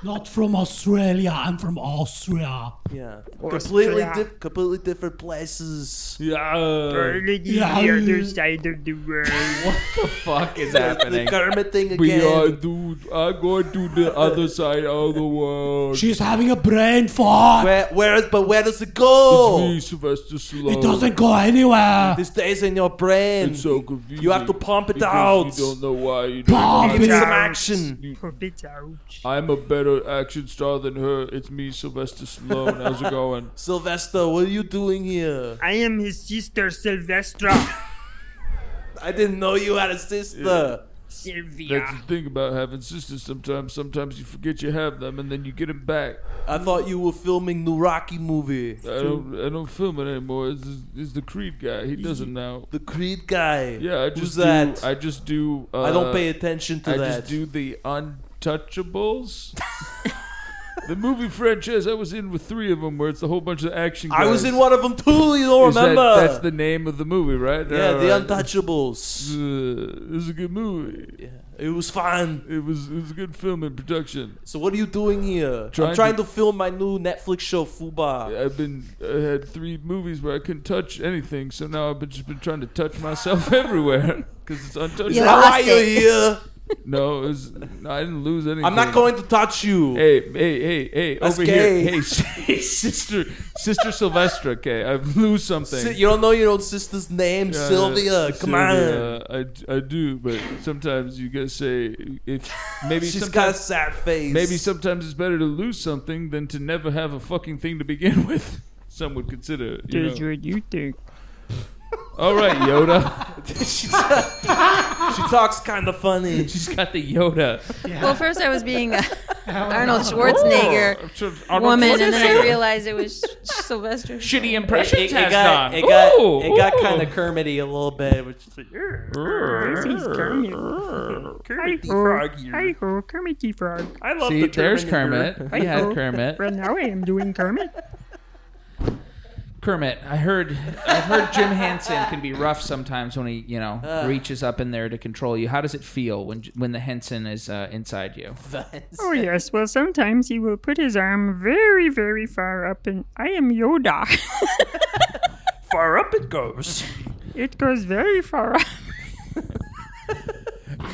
[SPEAKER 2] Not from Australia. I'm from Austria.
[SPEAKER 3] Yeah,
[SPEAKER 8] Completely
[SPEAKER 3] completely,
[SPEAKER 8] Australia. di-
[SPEAKER 3] completely different places.
[SPEAKER 1] yeah.
[SPEAKER 8] Early the
[SPEAKER 2] Yeah.
[SPEAKER 8] other side of the world.
[SPEAKER 1] What the fuck is
[SPEAKER 3] The
[SPEAKER 1] happening?
[SPEAKER 3] Kermit thing again.
[SPEAKER 1] We are dude. I'm going to the other side of the world.
[SPEAKER 2] She's having a brain fart.
[SPEAKER 3] Where, where is, but where does it go?
[SPEAKER 1] Me, Sylvester Stallone.
[SPEAKER 2] It doesn't go anywhere.
[SPEAKER 3] It stays in your brain.
[SPEAKER 1] It's so confusing.
[SPEAKER 3] you have to pump it
[SPEAKER 1] because
[SPEAKER 3] out.
[SPEAKER 1] You don't know why. You don't
[SPEAKER 2] Pump
[SPEAKER 3] Get
[SPEAKER 2] it
[SPEAKER 3] some
[SPEAKER 2] out.
[SPEAKER 3] action.
[SPEAKER 8] Pump it out.
[SPEAKER 1] I'm a better action star than her. It's me, Sylvester Stallone. How's it going?
[SPEAKER 3] Sylvester, what are you doing here?
[SPEAKER 8] I am his sister, Sylvestra.
[SPEAKER 3] I didn't know you had a sister.
[SPEAKER 8] Sylvia.
[SPEAKER 9] the thing about having sisters sometimes. Sometimes you forget you have them and then you get them back.
[SPEAKER 3] I thought you were filming the Rocky movie.
[SPEAKER 9] I don't I don't film it anymore. It's, it's the Creed guy. He doesn't now.
[SPEAKER 3] The Creed guy.
[SPEAKER 9] Yeah, I just
[SPEAKER 3] Who's
[SPEAKER 9] do,
[SPEAKER 3] that?
[SPEAKER 9] I just do. Uh,
[SPEAKER 3] I don't pay attention to
[SPEAKER 9] I
[SPEAKER 3] that.
[SPEAKER 9] just do the Untouchables. the movie franchise I was in with three of them, where it's a whole bunch of action.
[SPEAKER 3] I was
[SPEAKER 9] guys.
[SPEAKER 3] in one of them too. You don't
[SPEAKER 9] Is that-
[SPEAKER 3] remember?
[SPEAKER 9] that's the name of the movie, right?
[SPEAKER 3] yeah,
[SPEAKER 9] All
[SPEAKER 3] the
[SPEAKER 9] right.
[SPEAKER 3] Untouchables.
[SPEAKER 9] Uh, it was a good movie.
[SPEAKER 3] It was fun.
[SPEAKER 9] It was it was a good film and production.
[SPEAKER 3] So what are you doing here?
[SPEAKER 9] Trying
[SPEAKER 3] I'm trying
[SPEAKER 9] to-
[SPEAKER 3] to, film my new Netflix show Fuba.
[SPEAKER 9] I've been I had three movies where I couldn't touch anything, so now I've been just been trying to touch myself everywhere because it's untouchable.
[SPEAKER 3] Is that why you're here?
[SPEAKER 9] No, it was, no, I didn't lose anything.
[SPEAKER 3] I'm not going to touch you.
[SPEAKER 9] Hey, hey, hey, hey!
[SPEAKER 3] That's
[SPEAKER 9] over
[SPEAKER 3] gay.
[SPEAKER 9] here, hey, s- hey, sister, sister Sylvester. Okay, I lose something.
[SPEAKER 3] Si- you don't know your own sister's name,
[SPEAKER 9] Uh,
[SPEAKER 3] Sylvia. Come on.
[SPEAKER 9] Sylvia, uh, I, I do, but sometimes you gotta say if maybe
[SPEAKER 3] She's
[SPEAKER 9] sometimes,
[SPEAKER 3] got a sad face.
[SPEAKER 9] Maybe sometimes it's better to lose something than to never have a fucking thing to begin with. Some would consider. You
[SPEAKER 8] That's
[SPEAKER 9] know.
[SPEAKER 8] what you think.
[SPEAKER 9] All right, Yoda.
[SPEAKER 3] she talks kind of funny.
[SPEAKER 9] She's got the Yoda.
[SPEAKER 4] Well, first I was being a Arnold
[SPEAKER 1] Oh.
[SPEAKER 4] Schwarzenegger
[SPEAKER 9] I'm sure- I don't-
[SPEAKER 4] woman, and then I
[SPEAKER 9] Schwarzenegger.
[SPEAKER 4] realized it was Sylvester.
[SPEAKER 1] Shitty impressions has
[SPEAKER 3] got,
[SPEAKER 1] done.
[SPEAKER 3] it got,
[SPEAKER 9] Ooh,
[SPEAKER 3] it got
[SPEAKER 9] ooh.
[SPEAKER 3] kind of Kermity a little bit, which is like,
[SPEAKER 8] This is Kermit. Kermit Frog. Hi ho, Kermit the Frog.
[SPEAKER 3] I love
[SPEAKER 1] See,
[SPEAKER 3] the
[SPEAKER 1] there's
[SPEAKER 3] Terminator.
[SPEAKER 1] Kermit. We had Kermit.
[SPEAKER 8] Well, now I am doing Kermit.
[SPEAKER 1] Kermit, I heard, I've heard Jim Henson can be rough sometimes when he, you know, reaches up in there to control you. How does it feel when when the Henson is uh, inside you?
[SPEAKER 8] Oh yes, well sometimes he will put his arm very, very far up, and I am Yoda.
[SPEAKER 3] Far up it goes.
[SPEAKER 8] it goes very far up.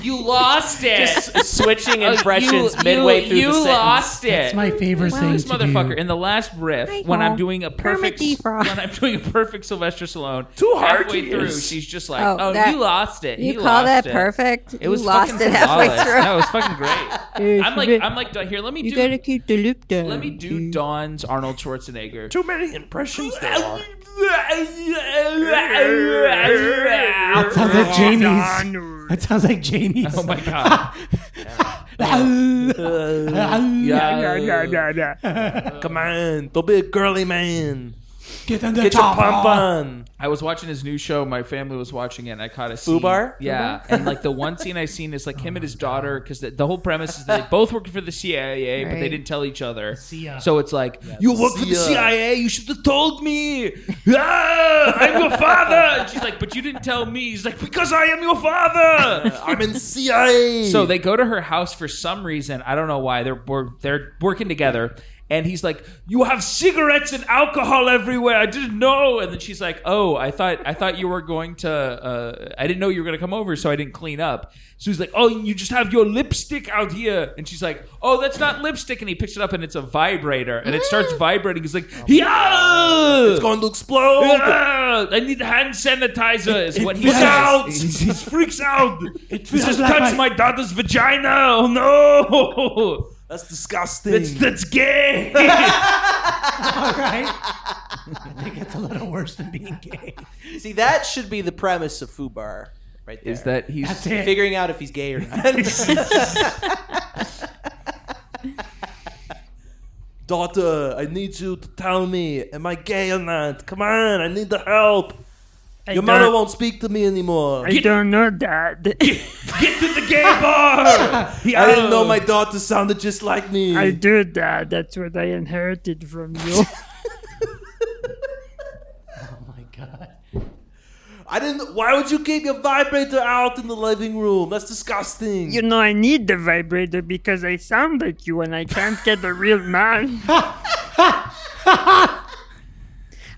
[SPEAKER 1] You lost it.
[SPEAKER 3] Switching
[SPEAKER 1] Uh,
[SPEAKER 3] impressions midway through the sentence.
[SPEAKER 1] it.
[SPEAKER 10] It's my favorite
[SPEAKER 1] Well,
[SPEAKER 10] thing
[SPEAKER 1] this
[SPEAKER 10] to
[SPEAKER 1] motherfucker
[SPEAKER 10] do.
[SPEAKER 1] in the last riff
[SPEAKER 4] Hi,
[SPEAKER 1] when I'm
[SPEAKER 4] Paul.
[SPEAKER 1] doing a
[SPEAKER 4] Kermit
[SPEAKER 1] perfect
[SPEAKER 4] the Frog.
[SPEAKER 1] when I'm doing a perfect Sylvester Stallone.
[SPEAKER 3] Too hard
[SPEAKER 1] halfway
[SPEAKER 3] he
[SPEAKER 1] through,
[SPEAKER 3] is.
[SPEAKER 1] she's just like, "Oh,
[SPEAKER 4] Oh, that-
[SPEAKER 1] you lost it. He
[SPEAKER 4] You call
[SPEAKER 1] lost
[SPEAKER 4] that
[SPEAKER 1] it."
[SPEAKER 4] perfect?
[SPEAKER 1] It was
[SPEAKER 4] you lost
[SPEAKER 1] fucking
[SPEAKER 4] it halfway
[SPEAKER 1] flawless.
[SPEAKER 4] through.
[SPEAKER 1] That was fucking great. I'm like, I'm like, here, let me do.
[SPEAKER 4] keep the loop down.
[SPEAKER 1] let me do Don's Arnold Schwarzenegger.
[SPEAKER 3] Too many impressions there are.
[SPEAKER 10] That sounds like Jamie's. That sounds like Jamie's.
[SPEAKER 1] Oh my god!
[SPEAKER 8] Yeah, yeah, yeah, yeah.
[SPEAKER 3] Ah, Come on, don't be a girly man.
[SPEAKER 10] Get in the
[SPEAKER 3] Get your
[SPEAKER 10] top.
[SPEAKER 3] pump on.
[SPEAKER 1] I was watching his new show. My family was watching it. and I caught a scene.
[SPEAKER 3] Fubar?
[SPEAKER 1] Yeah, and like the one scene I seen is like him and his daughter because the, the whole premise is that they both working for the CIA, but they
[SPEAKER 4] Right.
[SPEAKER 1] didn't tell each other.
[SPEAKER 10] ya.
[SPEAKER 1] So it's like
[SPEAKER 3] You work for the CIA. You should have told me. Ah,
[SPEAKER 1] I'm your father. And she's like, but you didn't tell me. He's like, because I am your father.
[SPEAKER 3] I'm in CIA.
[SPEAKER 1] so they go to her house for some reason. I don't know why. They're wor- they're working together. And he's like, "You have cigarettes and alcohol everywhere. I didn't know." And then she's like, "Oh, I thought I thought you were going to. Uh, I didn't know you were going to come over, so I didn't clean up." So he's like, "Oh, you just have your lipstick out here." And she's like, "Oh, that's not lipstick." And he picks it up, and it's a vibrator, and it starts vibrating. He's like, "Yeah,
[SPEAKER 3] it's going to explode.
[SPEAKER 1] Ah, I need hand sanitizer. Is what he
[SPEAKER 10] feels-
[SPEAKER 1] says.
[SPEAKER 3] out.
[SPEAKER 1] He, he freaks out.
[SPEAKER 10] It
[SPEAKER 1] This
[SPEAKER 10] feels
[SPEAKER 1] has
[SPEAKER 10] like
[SPEAKER 1] touched my...
[SPEAKER 10] my-
[SPEAKER 1] daughter's vagina. Oh no!
[SPEAKER 3] That's disgusting.
[SPEAKER 1] That's that's gay.
[SPEAKER 10] All right. I think it's a little worse than being gay.
[SPEAKER 3] See, that should be the premise of Fubar, right there.
[SPEAKER 1] that he's
[SPEAKER 10] That's it.
[SPEAKER 3] figuring out if he's gay or not? Daughter, I need you to tell me, am I gay or not? Come on, I need the help. Your mother won't speak to me anymore.
[SPEAKER 8] I don't know that.
[SPEAKER 1] get to the gay bar.
[SPEAKER 3] I didn't know my daughter sounded just like me.
[SPEAKER 8] I do that. That's what I inherited from you.
[SPEAKER 10] Oh my god.
[SPEAKER 3] I didn't. Why would you keep your vibrator out in the living room? That's disgusting.
[SPEAKER 8] you know, I need the vibrator because I sound like you and I can't get a real man.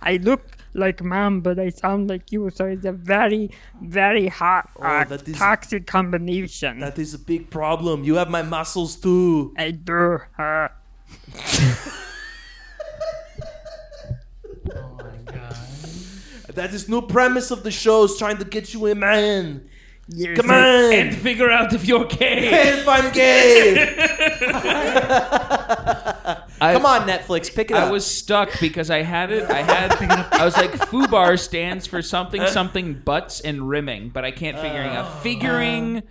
[SPEAKER 8] I look like mom, but I sound like you, so it's a very, very hot,
[SPEAKER 3] Oh,
[SPEAKER 8] uh,
[SPEAKER 3] that is-
[SPEAKER 8] toxic combination.
[SPEAKER 3] that is a big problem. You have my muscles too.
[SPEAKER 8] I do. Uh,
[SPEAKER 3] That is new premise of the show. Is trying to get you a man.
[SPEAKER 8] yes,
[SPEAKER 3] Come
[SPEAKER 8] I-
[SPEAKER 3] on.
[SPEAKER 1] figure out if you're gay.
[SPEAKER 3] if I'm gay. Come on, Netflix, pick it up.
[SPEAKER 1] I was stuck because I had it. I had. I was like, "Fubar Oh. stands for something, something butts and rimming," but I can't figuring out figuring.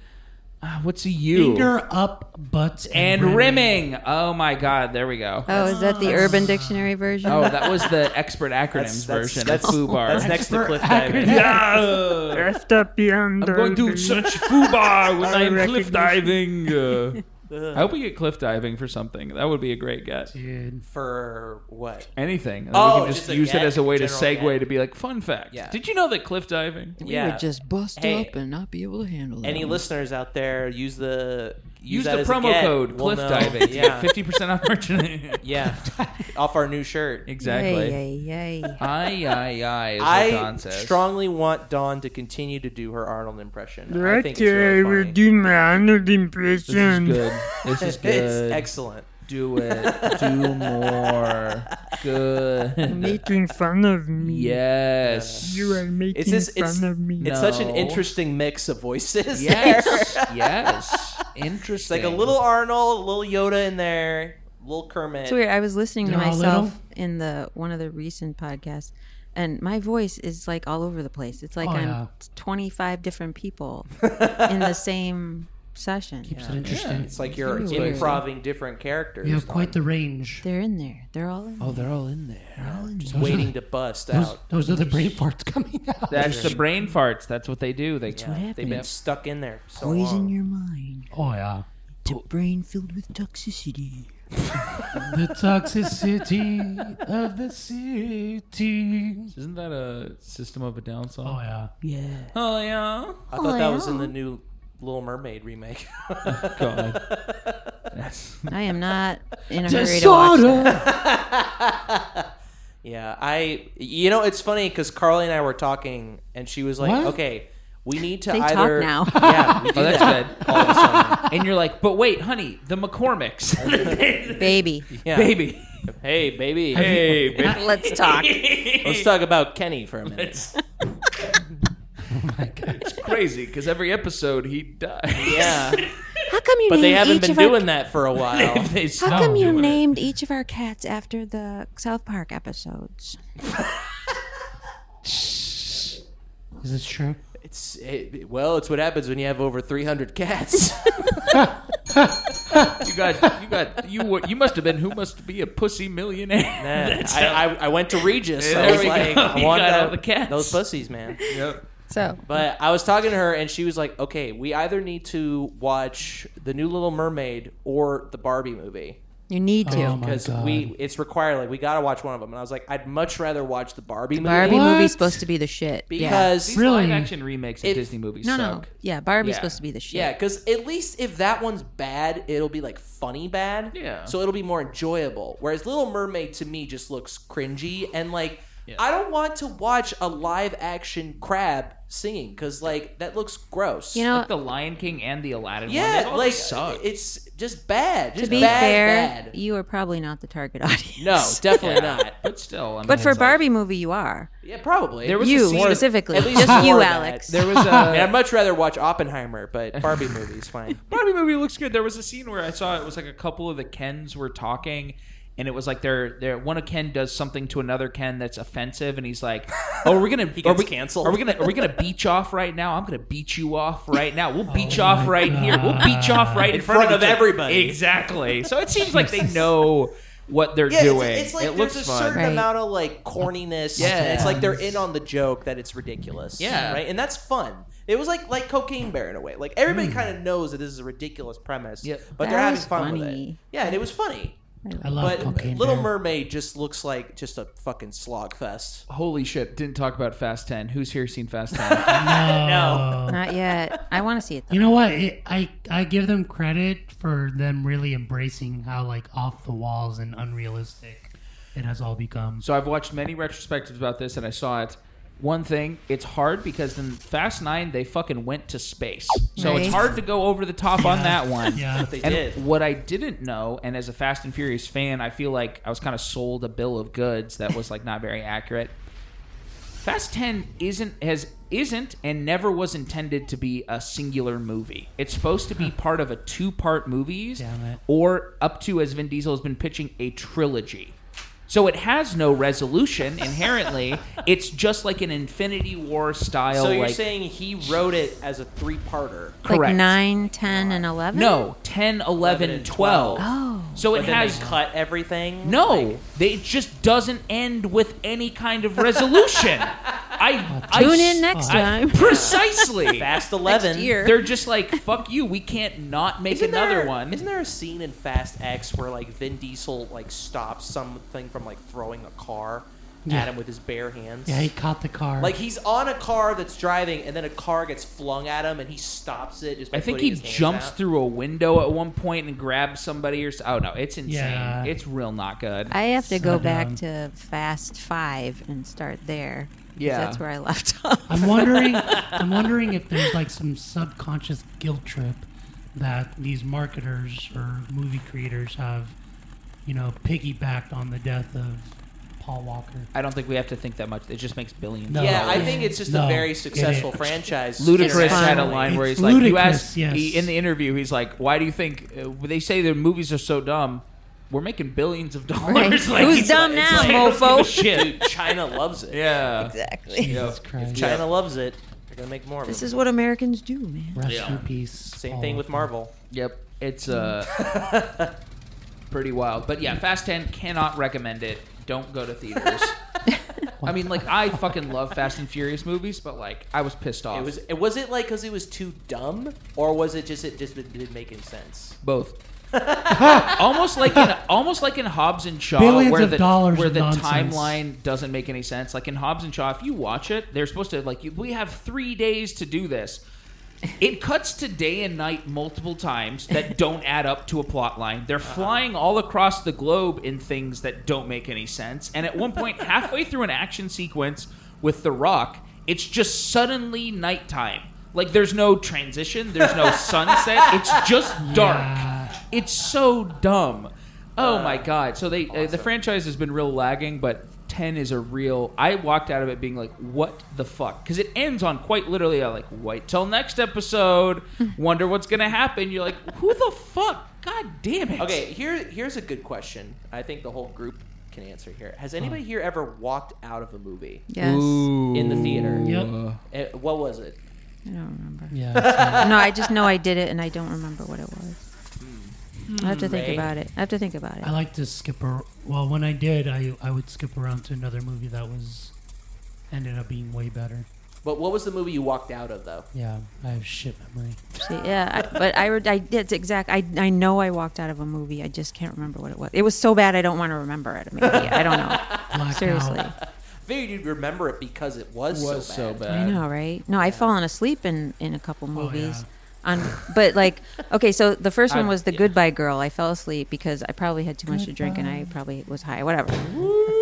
[SPEAKER 1] Ah, What's a U?
[SPEAKER 10] Finger up butts and,
[SPEAKER 1] and rimming. Oh my God! There we go.
[SPEAKER 4] Oh, is that the Urban Dictionary version?
[SPEAKER 1] Oh, that was the expert acronyms
[SPEAKER 3] That's- that's-
[SPEAKER 1] version
[SPEAKER 3] that's-
[SPEAKER 1] of FUBAR.
[SPEAKER 3] That's next to cliff diving.
[SPEAKER 9] Yeah.
[SPEAKER 8] Left up yonder.
[SPEAKER 9] I'm going to search FUBAR when
[SPEAKER 8] I
[SPEAKER 9] I'm cliff
[SPEAKER 8] recognition.
[SPEAKER 9] diving. Uh, I hope we get cliff diving for something. That would be a great get.
[SPEAKER 10] Dude,
[SPEAKER 3] For what?
[SPEAKER 9] Anything. And
[SPEAKER 3] Oh,
[SPEAKER 9] we can just,
[SPEAKER 3] just a
[SPEAKER 9] use
[SPEAKER 3] get,
[SPEAKER 9] it as a way to
[SPEAKER 3] general
[SPEAKER 9] segue
[SPEAKER 3] get.
[SPEAKER 9] to be like, fun fact.
[SPEAKER 3] Yeah.
[SPEAKER 9] Did you know that cliff diving?
[SPEAKER 3] yeah.
[SPEAKER 4] just bust
[SPEAKER 3] Hey.
[SPEAKER 4] and not be able to handle it.
[SPEAKER 3] Any
[SPEAKER 1] Mm.
[SPEAKER 3] listeners out there, use the use,
[SPEAKER 9] Use
[SPEAKER 3] that
[SPEAKER 9] the
[SPEAKER 3] as a
[SPEAKER 9] promo
[SPEAKER 3] get.
[SPEAKER 1] code
[SPEAKER 3] We'll
[SPEAKER 1] cliff
[SPEAKER 3] know.
[SPEAKER 1] diving.
[SPEAKER 3] Yeah,
[SPEAKER 1] fifty percent off merchandise.
[SPEAKER 3] yeah. Off our new shirt.
[SPEAKER 1] exactly.
[SPEAKER 4] Yay, yay,
[SPEAKER 1] Aye, aye, aye. Is what
[SPEAKER 3] I
[SPEAKER 1] Don says.
[SPEAKER 3] strongly want Dawn to continue to do her Arnold impression. I think
[SPEAKER 8] Right
[SPEAKER 3] it's really
[SPEAKER 8] here, I will
[SPEAKER 3] funny.
[SPEAKER 8] do my Arnold
[SPEAKER 1] This is
[SPEAKER 8] impression.
[SPEAKER 1] good. This is good.
[SPEAKER 3] It's excellent.
[SPEAKER 1] Do it. Do more. Good.
[SPEAKER 8] Making fun of me.
[SPEAKER 1] Yes.
[SPEAKER 8] You are making
[SPEAKER 3] It's just-
[SPEAKER 8] fun
[SPEAKER 3] it's-
[SPEAKER 8] of me.
[SPEAKER 3] It's such an
[SPEAKER 1] No.
[SPEAKER 3] interesting mix of voices.
[SPEAKER 1] Yes.
[SPEAKER 3] there.
[SPEAKER 1] Yes.
[SPEAKER 3] It's
[SPEAKER 1] Interesting.
[SPEAKER 3] like a little Arnold, a little Yoda in there, a little Kermit.
[SPEAKER 4] It's weird. I was listening to
[SPEAKER 10] They're all
[SPEAKER 4] myself in the one of the recent podcasts, and my voice is like all over the place. It's like
[SPEAKER 10] Oh,
[SPEAKER 4] I'm
[SPEAKER 10] yeah.
[SPEAKER 4] 25 different people in the same session.
[SPEAKER 10] Keeps it interesting.
[SPEAKER 3] It's like you're
[SPEAKER 4] It's weird.
[SPEAKER 3] improving different characters.
[SPEAKER 10] You have quite the range.
[SPEAKER 4] They're in there. They're all in.
[SPEAKER 10] Oh, they're all in there. Just
[SPEAKER 3] waiting to bust
[SPEAKER 10] Those,
[SPEAKER 3] out.
[SPEAKER 10] those are the brain farts coming out.
[SPEAKER 1] That's the brain farts. That's what they do. They
[SPEAKER 3] Yeah, They've been
[SPEAKER 1] happens.
[SPEAKER 3] stuck in there for so
[SPEAKER 4] Poison
[SPEAKER 3] long.
[SPEAKER 4] your mind
[SPEAKER 10] oh yeah.
[SPEAKER 4] to brain filled with toxicity.
[SPEAKER 10] The toxicity of the city.
[SPEAKER 9] Isn't that a System of a Down
[SPEAKER 10] Oh
[SPEAKER 9] song?
[SPEAKER 10] yeah.
[SPEAKER 4] Yeah.
[SPEAKER 1] Oh yeah.
[SPEAKER 3] I thought that was in the new Little Mermaid remake.
[SPEAKER 9] God.
[SPEAKER 4] I am not in a hurry to watch that.
[SPEAKER 3] yeah, I. You know, it's funny because Carly and I were talking, and she was like,
[SPEAKER 10] What?
[SPEAKER 3] "Okay, we need to
[SPEAKER 4] They talk
[SPEAKER 3] either
[SPEAKER 4] now.
[SPEAKER 3] Yeah, we do
[SPEAKER 1] Oh, that's
[SPEAKER 3] that
[SPEAKER 1] good.
[SPEAKER 3] all of a sudden.
[SPEAKER 1] And you're like, but wait, honey, the
[SPEAKER 3] Oh,
[SPEAKER 1] McCormicks,
[SPEAKER 4] Baby,
[SPEAKER 3] Yeah.
[SPEAKER 1] baby.
[SPEAKER 3] hey, baby,
[SPEAKER 1] Hey, baby.
[SPEAKER 4] let's talk.
[SPEAKER 3] Let's talk about Kenny for a minute.
[SPEAKER 1] It's crazy because every episode he dies.
[SPEAKER 3] yeah,
[SPEAKER 4] How come you
[SPEAKER 3] but they
[SPEAKER 4] named
[SPEAKER 3] haven't
[SPEAKER 4] each
[SPEAKER 3] been
[SPEAKER 4] of our
[SPEAKER 3] doing that for a while.
[SPEAKER 1] They
[SPEAKER 4] How
[SPEAKER 1] stop
[SPEAKER 4] come you
[SPEAKER 1] doing it.
[SPEAKER 4] named each of our cats after the South Park episodes?
[SPEAKER 10] Is this true?
[SPEAKER 3] It's it, well, it's what happens when you have over 300 cats.
[SPEAKER 1] You got, you got, you were, you must have been who must be a pussy millionaire.
[SPEAKER 3] Man, I, I, I went to Regis. so I
[SPEAKER 1] There
[SPEAKER 3] was
[SPEAKER 1] we
[SPEAKER 3] like,
[SPEAKER 1] go.
[SPEAKER 3] I
[SPEAKER 1] You
[SPEAKER 3] want
[SPEAKER 1] got
[SPEAKER 3] that-
[SPEAKER 1] all the cats.
[SPEAKER 3] those pussies, man.
[SPEAKER 4] So
[SPEAKER 3] But I was talking to her, and she was like, "Okay, we either need to watch the new Little Mermaid or the Barbie movie
[SPEAKER 4] you need to.
[SPEAKER 10] Oh my
[SPEAKER 3] because
[SPEAKER 10] god.
[SPEAKER 3] we it's required. Like, we gotta watch one of them." And I was like, "I'd much rather watch the Barbie movie
[SPEAKER 4] Barbie
[SPEAKER 10] What?
[SPEAKER 4] movie's supposed to be the shit. yeah.
[SPEAKER 3] because
[SPEAKER 1] These
[SPEAKER 3] yeah.
[SPEAKER 10] Really?
[SPEAKER 1] live action remakes of
[SPEAKER 3] It-
[SPEAKER 1] Disney movies
[SPEAKER 4] No, no.
[SPEAKER 1] suck.
[SPEAKER 4] Yeah, Barbie's
[SPEAKER 1] Yeah.
[SPEAKER 4] supposed to be the shit.
[SPEAKER 3] Yeah, because at least if that one's bad, it'll be like funny bad.
[SPEAKER 1] Yeah.
[SPEAKER 3] So it'll be more enjoyable. Whereas Little Mermaid to me just looks cringy and like I don't want to watch a live action crab singing because like that looks gross.
[SPEAKER 4] You know,
[SPEAKER 1] Like the Lion King and the Aladdin one.
[SPEAKER 3] yeah,
[SPEAKER 1] they all
[SPEAKER 3] like
[SPEAKER 1] suck.
[SPEAKER 3] it's just bad.
[SPEAKER 4] to
[SPEAKER 3] Just
[SPEAKER 4] be
[SPEAKER 3] bad,
[SPEAKER 4] fair,
[SPEAKER 3] bad.
[SPEAKER 4] you are probably not the target audience.
[SPEAKER 3] No, definitely not.
[SPEAKER 1] but still, I mean,
[SPEAKER 4] But for
[SPEAKER 1] it's like-
[SPEAKER 4] Barbie movie, you are.
[SPEAKER 3] Yeah, probably.
[SPEAKER 1] There was a
[SPEAKER 4] You
[SPEAKER 1] scene-
[SPEAKER 4] specifically,
[SPEAKER 3] At least
[SPEAKER 4] just you,
[SPEAKER 3] more of that.
[SPEAKER 4] Alex.
[SPEAKER 1] there was
[SPEAKER 3] I mean,
[SPEAKER 1] a
[SPEAKER 3] I'd much rather watch Oppenheimer, but Barbie movie's fine.
[SPEAKER 1] Barbie movie looks good. There was a scene where I saw it was like a couple of the Kens were talking, and it was like they're they're one of Ken does something to another Ken that's offensive, and he's like, "Oh, we're gonna are
[SPEAKER 3] gets
[SPEAKER 1] we
[SPEAKER 3] canceled.
[SPEAKER 1] Are we gonna are we gonna beach off right now? I'm gonna beat you off right now. We'll beach off right here. We'll beach off right in, front,
[SPEAKER 3] front
[SPEAKER 1] of,
[SPEAKER 3] of
[SPEAKER 1] each other."
[SPEAKER 3] everybody.
[SPEAKER 1] Exactly. So it seems like they know what they're
[SPEAKER 3] Yeah, it's-
[SPEAKER 1] doing.
[SPEAKER 3] It's, like
[SPEAKER 1] it
[SPEAKER 3] there's
[SPEAKER 1] looks
[SPEAKER 3] a
[SPEAKER 1] fun.
[SPEAKER 3] certain
[SPEAKER 4] Right.
[SPEAKER 3] amount of like corniness.
[SPEAKER 1] Yeah.
[SPEAKER 3] it's like they're in on the joke that it's ridiculous.
[SPEAKER 1] Yeah.
[SPEAKER 3] right, and that's fun. It was like like Cocaine Bear in a way. Like everybody kind of knows that this is a ridiculous premise.
[SPEAKER 1] Yep.
[SPEAKER 3] but
[SPEAKER 4] Mm. That
[SPEAKER 3] they're having
[SPEAKER 4] was
[SPEAKER 3] fun with it.
[SPEAKER 4] funny.
[SPEAKER 3] Yeah, and it was funny.
[SPEAKER 10] I love
[SPEAKER 3] But
[SPEAKER 10] cocaine.
[SPEAKER 3] Little
[SPEAKER 10] Bear.
[SPEAKER 3] Mermaid just looks like just a fucking slog fest.
[SPEAKER 1] Holy shit! Didn't talk about Fast Ten. Who's here seen Fast Ten?
[SPEAKER 3] No.
[SPEAKER 4] Not yet. I want to see it though.
[SPEAKER 10] You know what? It, I I give them credit for them really embracing how like off the walls and unrealistic it has all become.
[SPEAKER 1] So I've watched many retrospectives about this, and I saw it. One thing, it's hard because in Fast Nine they fucking went to space, so it's
[SPEAKER 4] Right.
[SPEAKER 1] hard to go over the top on that one.
[SPEAKER 10] Yeah.
[SPEAKER 3] They
[SPEAKER 1] And
[SPEAKER 3] did.
[SPEAKER 1] what I didn't know, and as a Fast and Furious fan, I feel like I was kind of sold a bill of goods that was like not very accurate. Fast Ten isn't has isn't and never was intended to be a singular movie. It's supposed to be part of a two part movies,
[SPEAKER 10] Damn it.
[SPEAKER 1] or up to as Vin Diesel has been pitching a trilogy. So it has no resolution inherently. it's just like an Infinity War style.
[SPEAKER 3] So you're
[SPEAKER 1] like,
[SPEAKER 3] saying he wrote it as a three-parter?
[SPEAKER 1] correct?
[SPEAKER 4] Like 9, 10, and 11?
[SPEAKER 1] no, 10, 11,
[SPEAKER 3] and
[SPEAKER 1] 12.
[SPEAKER 4] Oh.
[SPEAKER 1] So it
[SPEAKER 3] But then
[SPEAKER 1] has
[SPEAKER 3] they cut everything.
[SPEAKER 1] No,
[SPEAKER 3] Like,
[SPEAKER 1] they, it just doesn't end with any kind of resolution. I, I
[SPEAKER 4] Tune
[SPEAKER 1] s-
[SPEAKER 4] in next
[SPEAKER 1] I-
[SPEAKER 4] time.
[SPEAKER 1] precisely.
[SPEAKER 3] Fast Eleven.
[SPEAKER 4] year.
[SPEAKER 1] They're just like, fuck you. We can't not make
[SPEAKER 3] Isn't
[SPEAKER 1] another
[SPEAKER 3] there-
[SPEAKER 1] one.
[SPEAKER 3] Isn't there a scene in Fast X where like Vin Diesel like stops something from like throwing a car at him with his bare hands?
[SPEAKER 10] Yeah, he caught the car.
[SPEAKER 3] Like he's on a car that's driving, and then a car gets flung at him, and he stops it. Just by
[SPEAKER 1] I think
[SPEAKER 3] putting
[SPEAKER 1] he
[SPEAKER 3] his hands
[SPEAKER 1] jumps
[SPEAKER 3] out.
[SPEAKER 1] through a window at one point and grabs somebody or s Oh no, it's insane.
[SPEAKER 10] Yeah.
[SPEAKER 1] It's real not good.
[SPEAKER 4] I have to go
[SPEAKER 10] Slow
[SPEAKER 4] back
[SPEAKER 10] down.
[SPEAKER 4] to Fast Five and start there. 'cause
[SPEAKER 1] Yeah.
[SPEAKER 4] that's where I left off.
[SPEAKER 10] I'm wondering. I'm wondering if there's like some subconscious guilt trip that these marketers or movie creators have, you know, piggybacked on the death of Paul Walker.
[SPEAKER 1] I don't think we have to think that much. It just makes billions.
[SPEAKER 10] No.
[SPEAKER 3] Yeah, I
[SPEAKER 10] Yeah.
[SPEAKER 3] think it's just a
[SPEAKER 10] No,
[SPEAKER 3] very
[SPEAKER 10] get
[SPEAKER 3] successful
[SPEAKER 10] it.
[SPEAKER 3] franchise.
[SPEAKER 1] Ludacris
[SPEAKER 4] It's
[SPEAKER 1] had a
[SPEAKER 4] fine.
[SPEAKER 1] line where he's
[SPEAKER 10] It's
[SPEAKER 1] like, "You
[SPEAKER 10] ludicrous,
[SPEAKER 1] asked
[SPEAKER 10] yes.
[SPEAKER 1] he, in the interview, he's like, why do you think uh, they say their movies are so dumb? We're making billions of dollars.
[SPEAKER 4] Right.
[SPEAKER 1] Like,
[SPEAKER 4] Who's
[SPEAKER 1] he's
[SPEAKER 4] dumb
[SPEAKER 1] like-
[SPEAKER 4] now,
[SPEAKER 1] he's like,
[SPEAKER 4] mofo?
[SPEAKER 1] Shit.
[SPEAKER 3] Dude, China loves it.
[SPEAKER 1] Yeah.
[SPEAKER 4] Exactly.
[SPEAKER 10] Jesus
[SPEAKER 3] If
[SPEAKER 10] Christ.
[SPEAKER 3] China loves it, they're gonna make more of
[SPEAKER 4] This
[SPEAKER 3] it.
[SPEAKER 4] is what Americans do, man.
[SPEAKER 10] Rest in peace.
[SPEAKER 3] Same
[SPEAKER 10] Paul
[SPEAKER 3] thing with
[SPEAKER 10] Walker.
[SPEAKER 3] Marvel.
[SPEAKER 1] Yep. It's uh pretty wild. But yeah, Fast 10 cannot recommend it. Don't go to theaters. I mean, like I fucking love Fast and Furious movies, but like I was pissed off.
[SPEAKER 3] It was. It, was it like because it was too dumb, or was it just it just didn't make any sense?
[SPEAKER 1] both. almost like in almost like in Hobbs and Shaw,
[SPEAKER 10] Billions
[SPEAKER 1] where
[SPEAKER 10] of
[SPEAKER 1] the
[SPEAKER 10] dollars
[SPEAKER 1] where
[SPEAKER 10] of
[SPEAKER 1] the
[SPEAKER 10] nonsense.
[SPEAKER 1] timeline doesn't make any sense. Like in Hobbs and Shaw, if you watch it, they're supposed to like you, we have three days to do this. It cuts to day and night multiple times that don't add up to a plot line. They're flying all across the globe in things that don't make any sense. And at one point, halfway through an action sequence with The Rock, it's just suddenly nighttime. Like there's no transition, there's no sunset. It's just dark. It's so dumb. Oh my god! So they uh, the franchise has been real lagging, but ten is a real. I walked out of it being like, "What the fuck?" Because it ends on quite literally uh, like, "Wait till next episode." Wonder what's gonna happen. You're like, "Who the fuck?" God damn it!
[SPEAKER 3] Okay, here here's a good question. I think the whole group can answer here. Has anybody here ever walked out of a movie
[SPEAKER 4] Yes.
[SPEAKER 3] in the theater?
[SPEAKER 10] Yep.
[SPEAKER 3] Eh, What was it?
[SPEAKER 4] I don't remember.
[SPEAKER 10] Yeah.
[SPEAKER 4] No, I just know I did it, and I don't remember what it was. I have to think
[SPEAKER 3] Ray?
[SPEAKER 4] about it. I have to think about it.
[SPEAKER 10] I like to skip. Ar- well, when I did, I I would skip around to another movie that was ended up being way better.
[SPEAKER 3] But what was the movie you walked out of though?
[SPEAKER 10] Yeah, I have shit memory.
[SPEAKER 4] See, yeah, I, but I, re- I did exact. I, I know I walked out of a movie. I just can't remember what it was. It was so bad I don't want to remember it. Maybe I don't know.
[SPEAKER 10] Blackout.
[SPEAKER 4] Seriously,
[SPEAKER 3] Figured you'd remember it because it was,
[SPEAKER 1] was so bad. Oh,
[SPEAKER 4] I know, right? No, I've fallen asleep in in a couple movies.
[SPEAKER 10] yeah.
[SPEAKER 4] On, but like, okay, so the first one
[SPEAKER 1] I-
[SPEAKER 4] was the Goodbye Girl. I fell asleep because I probably had too much to drink and I probably was high, whatever.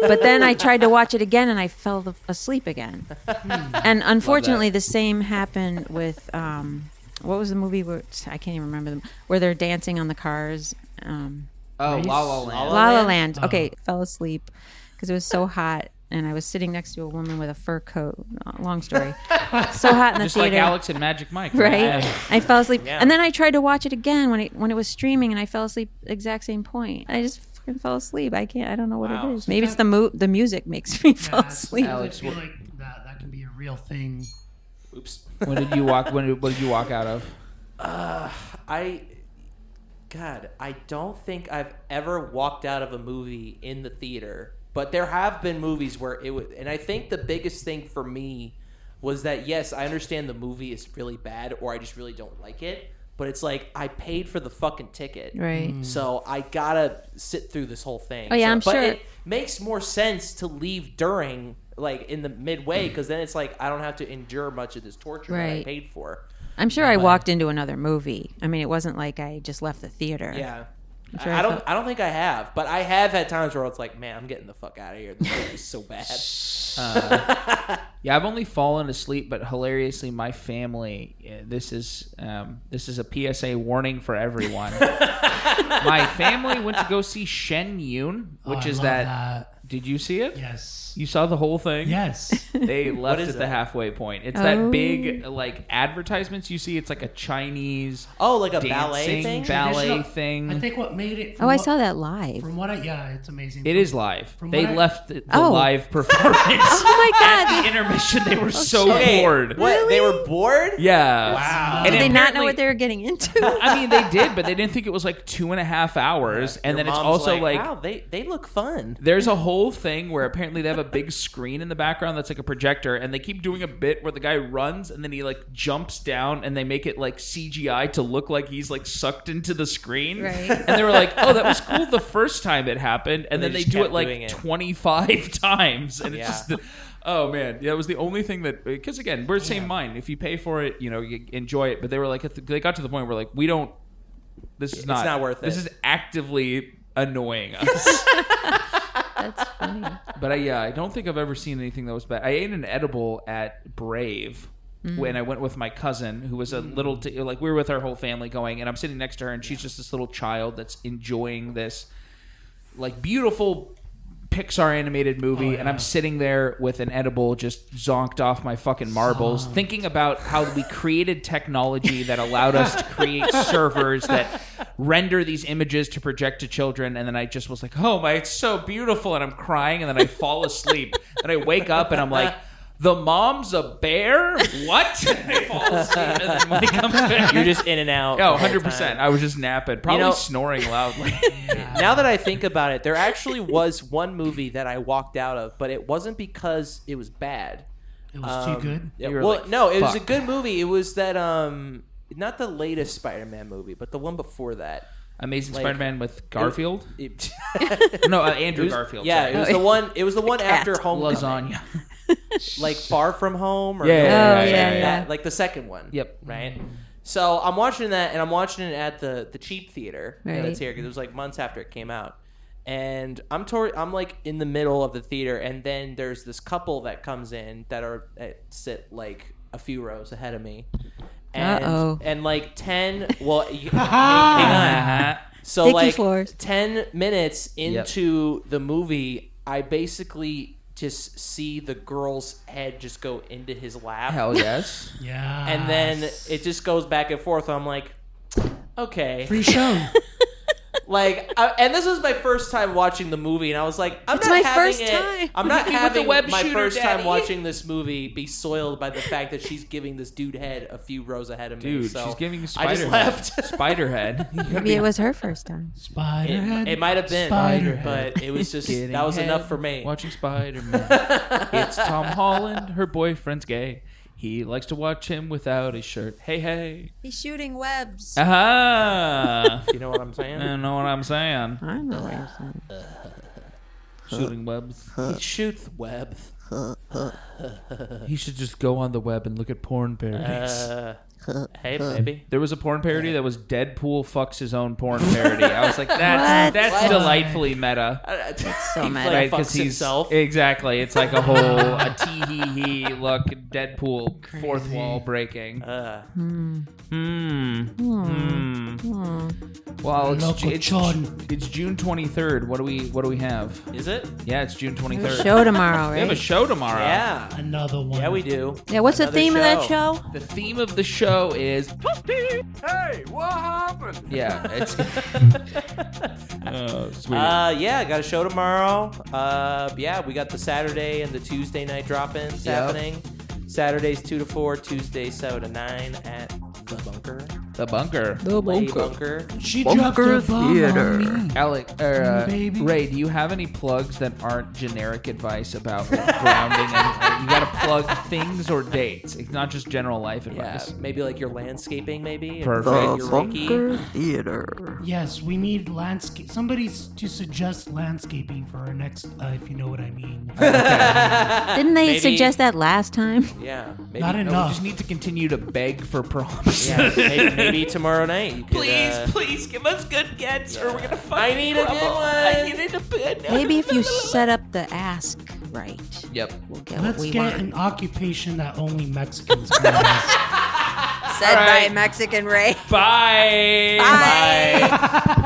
[SPEAKER 4] but then I tried to watch it again and I fell the- asleep again.
[SPEAKER 1] Hmm.
[SPEAKER 4] and unfortunately, the same happened with um, what was the movie where I can't even remember them where they're dancing on the cars. Um,
[SPEAKER 1] Oh, La La Land. Oh.
[SPEAKER 4] La La Land. Okay, fell asleep because it was so hot, and I was sitting next to a woman with a fur coat. Uh, Long story. so hot in the
[SPEAKER 1] Just like
[SPEAKER 4] theater.
[SPEAKER 1] Alex and Magic Mike,
[SPEAKER 4] Right,
[SPEAKER 1] Yeah.
[SPEAKER 4] I fell asleep,
[SPEAKER 3] Yeah.
[SPEAKER 4] and then I tried to watch it again when it when it was streaming, and I fell asleep exact same point. I just fucking fell asleep. I can't. I don't know what
[SPEAKER 3] Wow.
[SPEAKER 4] it is. Maybe it's the mu- the music makes me fall asleep.
[SPEAKER 1] Alex,
[SPEAKER 10] I feel
[SPEAKER 1] what-
[SPEAKER 10] like that that can be a real thing.
[SPEAKER 3] Oops.
[SPEAKER 1] When did you walk? When did, what did you walk out of?
[SPEAKER 3] I God, I don't think I've ever walked out of a movie in the theater, but there have been movies where it was and I think the biggest thing for me was that yes, I understand the movie is really bad or I just really don't like it, but it's like I paid for the fucking ticket.
[SPEAKER 4] Right.
[SPEAKER 3] So I gotta sit through this whole thing.
[SPEAKER 4] Oh, yeah,
[SPEAKER 3] So-
[SPEAKER 4] I'm
[SPEAKER 3] but
[SPEAKER 4] sure.
[SPEAKER 3] it makes more sense to leave during, like in the midway, because then it's like I don't have to endure much of this torture that I
[SPEAKER 4] Right.
[SPEAKER 3] paid for.
[SPEAKER 4] I'm sure I walked into another movie. I mean, it wasn't like I just left the theater.
[SPEAKER 3] Yeah. I-
[SPEAKER 4] sure
[SPEAKER 3] I,
[SPEAKER 4] I
[SPEAKER 3] don't.
[SPEAKER 4] felt-
[SPEAKER 3] I don't think I have, but I have had times where it's like, man, I'm getting the fuck out of here. This movie's so bad.
[SPEAKER 1] Yeah, I've only fallen asleep, but hilariously, my family. yeah, This is um, this is a PSA warning for everyone. my family went to go see Shen Yun,
[SPEAKER 10] Oh,
[SPEAKER 1] which
[SPEAKER 10] I
[SPEAKER 1] is
[SPEAKER 10] love
[SPEAKER 1] that,
[SPEAKER 10] that
[SPEAKER 1] Did you see it?
[SPEAKER 10] Yes.
[SPEAKER 1] You saw the whole thing?
[SPEAKER 10] Yes.
[SPEAKER 1] They left at
[SPEAKER 3] is
[SPEAKER 1] the
[SPEAKER 3] that?
[SPEAKER 1] halfway point. It's
[SPEAKER 4] Oh.
[SPEAKER 1] that big like advertisements you see. It's like a Chinese
[SPEAKER 3] Oh, like a
[SPEAKER 1] dancing
[SPEAKER 3] ballet thing?
[SPEAKER 1] ballet
[SPEAKER 10] Traditional-
[SPEAKER 1] thing.
[SPEAKER 3] Mm.
[SPEAKER 10] I think what made it.
[SPEAKER 4] Oh,
[SPEAKER 10] from
[SPEAKER 4] I
[SPEAKER 10] what-
[SPEAKER 4] saw that live.
[SPEAKER 10] From what I yeah, it's amazing.
[SPEAKER 1] it is live.
[SPEAKER 10] From
[SPEAKER 1] They
[SPEAKER 10] what I-
[SPEAKER 1] left the, the
[SPEAKER 4] Oh.
[SPEAKER 1] live performance.
[SPEAKER 4] Oh
[SPEAKER 1] At
[SPEAKER 4] my
[SPEAKER 1] the
[SPEAKER 4] god!
[SPEAKER 1] intermission, they were so
[SPEAKER 3] Okay,
[SPEAKER 1] bored.
[SPEAKER 3] What? They were bored?
[SPEAKER 1] Yeah.
[SPEAKER 10] Wow.
[SPEAKER 1] And
[SPEAKER 4] Did they not
[SPEAKER 1] apparently-
[SPEAKER 4] know what they were getting into?
[SPEAKER 1] I mean, they did, but they didn't think it was like two and a half hours. and
[SPEAKER 3] Your
[SPEAKER 1] then it's
[SPEAKER 3] mom's
[SPEAKER 1] also like,
[SPEAKER 3] wow, they, they look fun.
[SPEAKER 1] there's a whole thing where apparently they have a big screen in the background that's like a projector, and they keep doing a bit where the guy runs and then he like jumps down, and they make it like CGI to look like he's like sucked into the screen.
[SPEAKER 4] Right.
[SPEAKER 1] And they were like, oh, that was cool the first time it happened, and,
[SPEAKER 3] they
[SPEAKER 1] then they
[SPEAKER 3] just
[SPEAKER 1] do
[SPEAKER 3] kept
[SPEAKER 1] it like
[SPEAKER 3] doing it.
[SPEAKER 1] 25 times, and
[SPEAKER 3] Yeah.
[SPEAKER 1] it's just. The, Oh man, yeah, it was the only thing that because again we're the same mind. If you pay for it, you know, you enjoy it. But they were like, at the, they got to the point where like we don't. This is not
[SPEAKER 3] not worth
[SPEAKER 1] This
[SPEAKER 3] it.
[SPEAKER 1] is actively annoying us.
[SPEAKER 4] That's funny.
[SPEAKER 1] But I, yeah, I don't think I've ever seen anything that was bad. I ate an edible at Brave
[SPEAKER 4] Mm-hmm.
[SPEAKER 1] when I went with my cousin, who was a little t- like we were with our whole family going, and I'm sitting next to her, and she's just this little child that's enjoying this like beautiful Pixar animated movie,
[SPEAKER 3] Oh,
[SPEAKER 1] and I'm sitting there with an edible just zonked off my fucking marbles, thinking about how we created technology that allowed us to create servers that render these images to project to children, and then I just was like, "Oh my, it's so beautiful," and I'm crying, and then I fall asleep, and I wake up, and I'm like. The mom's a bear? What? And I fall asleep and then when it comes back.
[SPEAKER 3] You're just in and out.
[SPEAKER 1] Oh,
[SPEAKER 3] the whole
[SPEAKER 1] 100%.
[SPEAKER 3] time.
[SPEAKER 1] I was just napping, probably
[SPEAKER 3] know-
[SPEAKER 1] snoring loudly.
[SPEAKER 3] Now that I think about it, there actually was one movie that I walked out of, but it wasn't because it was bad.
[SPEAKER 10] It was
[SPEAKER 3] Um,
[SPEAKER 10] too good.
[SPEAKER 3] yeah,
[SPEAKER 1] You were
[SPEAKER 3] well,
[SPEAKER 1] like,
[SPEAKER 3] no, it was a
[SPEAKER 1] "Fuck."
[SPEAKER 3] good movie. It was that um, not the latest Spider-Man movie, but the one before that.
[SPEAKER 1] Amazing
[SPEAKER 3] Like-
[SPEAKER 1] Spider-Man with Garfield.
[SPEAKER 3] It,
[SPEAKER 1] no, uh, Andrew
[SPEAKER 3] It was-
[SPEAKER 1] Garfield.
[SPEAKER 3] yeah,
[SPEAKER 1] sorry.
[SPEAKER 3] it was the one. It was the one after Home
[SPEAKER 1] lasagna.
[SPEAKER 3] like Far From Home, or
[SPEAKER 1] Yeah, yeah,
[SPEAKER 4] Oh, yeah, yeah, yeah.
[SPEAKER 3] that- like the second one.
[SPEAKER 1] Yep.
[SPEAKER 3] Right. So I'm watching that, and I'm watching it at the the cheap theater
[SPEAKER 4] Right.
[SPEAKER 3] that's here because it was like months after it came out. And I'm tor- I'm like in the middle of the theater, and then there's this couple that comes in that are that sit like a few rows ahead of me, and
[SPEAKER 4] Uh-oh.
[SPEAKER 3] and like ten. Well, you, hang, hang on. So
[SPEAKER 4] Sticky
[SPEAKER 3] like
[SPEAKER 4] floors.
[SPEAKER 3] ten minutes into the movie, I basically just see the girl's head just go into his lap,
[SPEAKER 1] Hell yes.
[SPEAKER 10] Yeah.
[SPEAKER 3] and then it just goes back and forth. I'm like, okay,
[SPEAKER 10] free show.
[SPEAKER 3] like, I, and this was my first time watching the movie, and I was like, I'm
[SPEAKER 4] It's
[SPEAKER 3] not
[SPEAKER 4] my
[SPEAKER 3] having
[SPEAKER 4] first
[SPEAKER 3] it-
[SPEAKER 4] time.
[SPEAKER 3] I'm not
[SPEAKER 1] Hit me with the
[SPEAKER 3] having
[SPEAKER 1] web
[SPEAKER 3] my
[SPEAKER 1] shooter,
[SPEAKER 3] first
[SPEAKER 1] Daddy.
[SPEAKER 3] time watching this movie be soiled by the fact that she's giving this dude head a few rows ahead of me.
[SPEAKER 1] Dude,
[SPEAKER 3] so
[SPEAKER 1] she's giving you
[SPEAKER 3] I just
[SPEAKER 1] Spider-Head.
[SPEAKER 3] left.
[SPEAKER 1] Spiderhead.
[SPEAKER 4] Maybe it was her first time.
[SPEAKER 10] Spiderhead.
[SPEAKER 3] It, it might have been,
[SPEAKER 10] Spider-Head.
[SPEAKER 3] but it was just that was enough for me.
[SPEAKER 1] Watching Spider-Man. it's Tom Holland. Her boyfriend's gay. He likes to watch him without a shirt. Hey, hey.
[SPEAKER 4] He's shooting webs.
[SPEAKER 1] Aha.
[SPEAKER 3] You know what I'm saying?
[SPEAKER 1] I know what I'm saying.
[SPEAKER 4] I don't know what you're saying.
[SPEAKER 1] Shooting webs.
[SPEAKER 3] He shoots web.
[SPEAKER 1] He should just go on the web and look at porn parodies. uh,
[SPEAKER 3] Uh, hey, baby.
[SPEAKER 1] There was a porn parody that was Deadpool fucks his own porn parody. I was like, that's
[SPEAKER 4] What?
[SPEAKER 1] that's
[SPEAKER 4] What?
[SPEAKER 1] delightfully meta.
[SPEAKER 3] That's
[SPEAKER 4] so meta.
[SPEAKER 3] Like,
[SPEAKER 1] Right,
[SPEAKER 3] fucks
[SPEAKER 1] because he's
[SPEAKER 3] himself.
[SPEAKER 1] exactly. It's like a whole a tee hee hee look. Deadpool fourth wall breaking.
[SPEAKER 3] Uh,
[SPEAKER 1] Hmm. Hmm.
[SPEAKER 4] Hmm.
[SPEAKER 1] Well, it's,
[SPEAKER 10] Loco
[SPEAKER 1] it's,
[SPEAKER 10] Chon.
[SPEAKER 1] it's June twenty third. What do we What do we have?
[SPEAKER 3] is it?
[SPEAKER 1] Yeah, it's June twenty
[SPEAKER 4] We have a
[SPEAKER 1] third.
[SPEAKER 4] show tomorrow,
[SPEAKER 1] We have a
[SPEAKER 4] right?
[SPEAKER 1] show tomorrow.
[SPEAKER 3] Yeah.
[SPEAKER 10] Another one.
[SPEAKER 3] Yeah, we do.
[SPEAKER 4] Yeah. What's the
[SPEAKER 3] Another
[SPEAKER 4] theme of that show?
[SPEAKER 1] The theme of the show is
[SPEAKER 9] Hey, what happened?
[SPEAKER 1] yeah. It's oh, sweet.
[SPEAKER 3] Uh, yeah, got a show tomorrow. Uh, yeah, we got the Saturday and the Tuesday night drop-ins
[SPEAKER 1] Yep.
[SPEAKER 3] happening. Saturdays two to four, Tuesdays seven to nine at the bunker.
[SPEAKER 1] the bunker.
[SPEAKER 3] The bunker. bunker.
[SPEAKER 10] She dropped her bomb on me.
[SPEAKER 1] Alec, er, uh,
[SPEAKER 10] Baby.
[SPEAKER 1] Ray, do you have any plugs that aren't generic advice about grounding? and, you gotta plug things or dates. It's not just general life
[SPEAKER 3] Yeah,
[SPEAKER 1] advice.
[SPEAKER 3] maybe like your landscaping, maybe. if
[SPEAKER 1] Perfect.
[SPEAKER 3] you're Reiki.
[SPEAKER 10] Yes, we need landscape. Somebody s- to suggest landscaping for our next, uh, if you know what I mean.
[SPEAKER 4] Didn't they
[SPEAKER 3] Maybe-
[SPEAKER 4] suggest that last time?
[SPEAKER 3] Yeah, maybe.
[SPEAKER 10] Not
[SPEAKER 1] No, we
[SPEAKER 10] enough.
[SPEAKER 1] just need to continue to beg for prompts.
[SPEAKER 3] yeah, maybe, maybe tomorrow night. You could,
[SPEAKER 1] please,
[SPEAKER 3] uh,
[SPEAKER 1] please give us good gets, or we're gonna fuck.
[SPEAKER 3] I need a good
[SPEAKER 1] I
[SPEAKER 3] one.
[SPEAKER 1] need a good.
[SPEAKER 4] Maybe if you set up the ask right,
[SPEAKER 1] Yep.
[SPEAKER 4] we'll get
[SPEAKER 10] Let's
[SPEAKER 4] what we
[SPEAKER 10] get
[SPEAKER 4] want.
[SPEAKER 10] an occupation that only Mexicans can have.
[SPEAKER 4] Said
[SPEAKER 1] All right.
[SPEAKER 4] by Mexican Ray.
[SPEAKER 1] Bye.
[SPEAKER 4] Bye.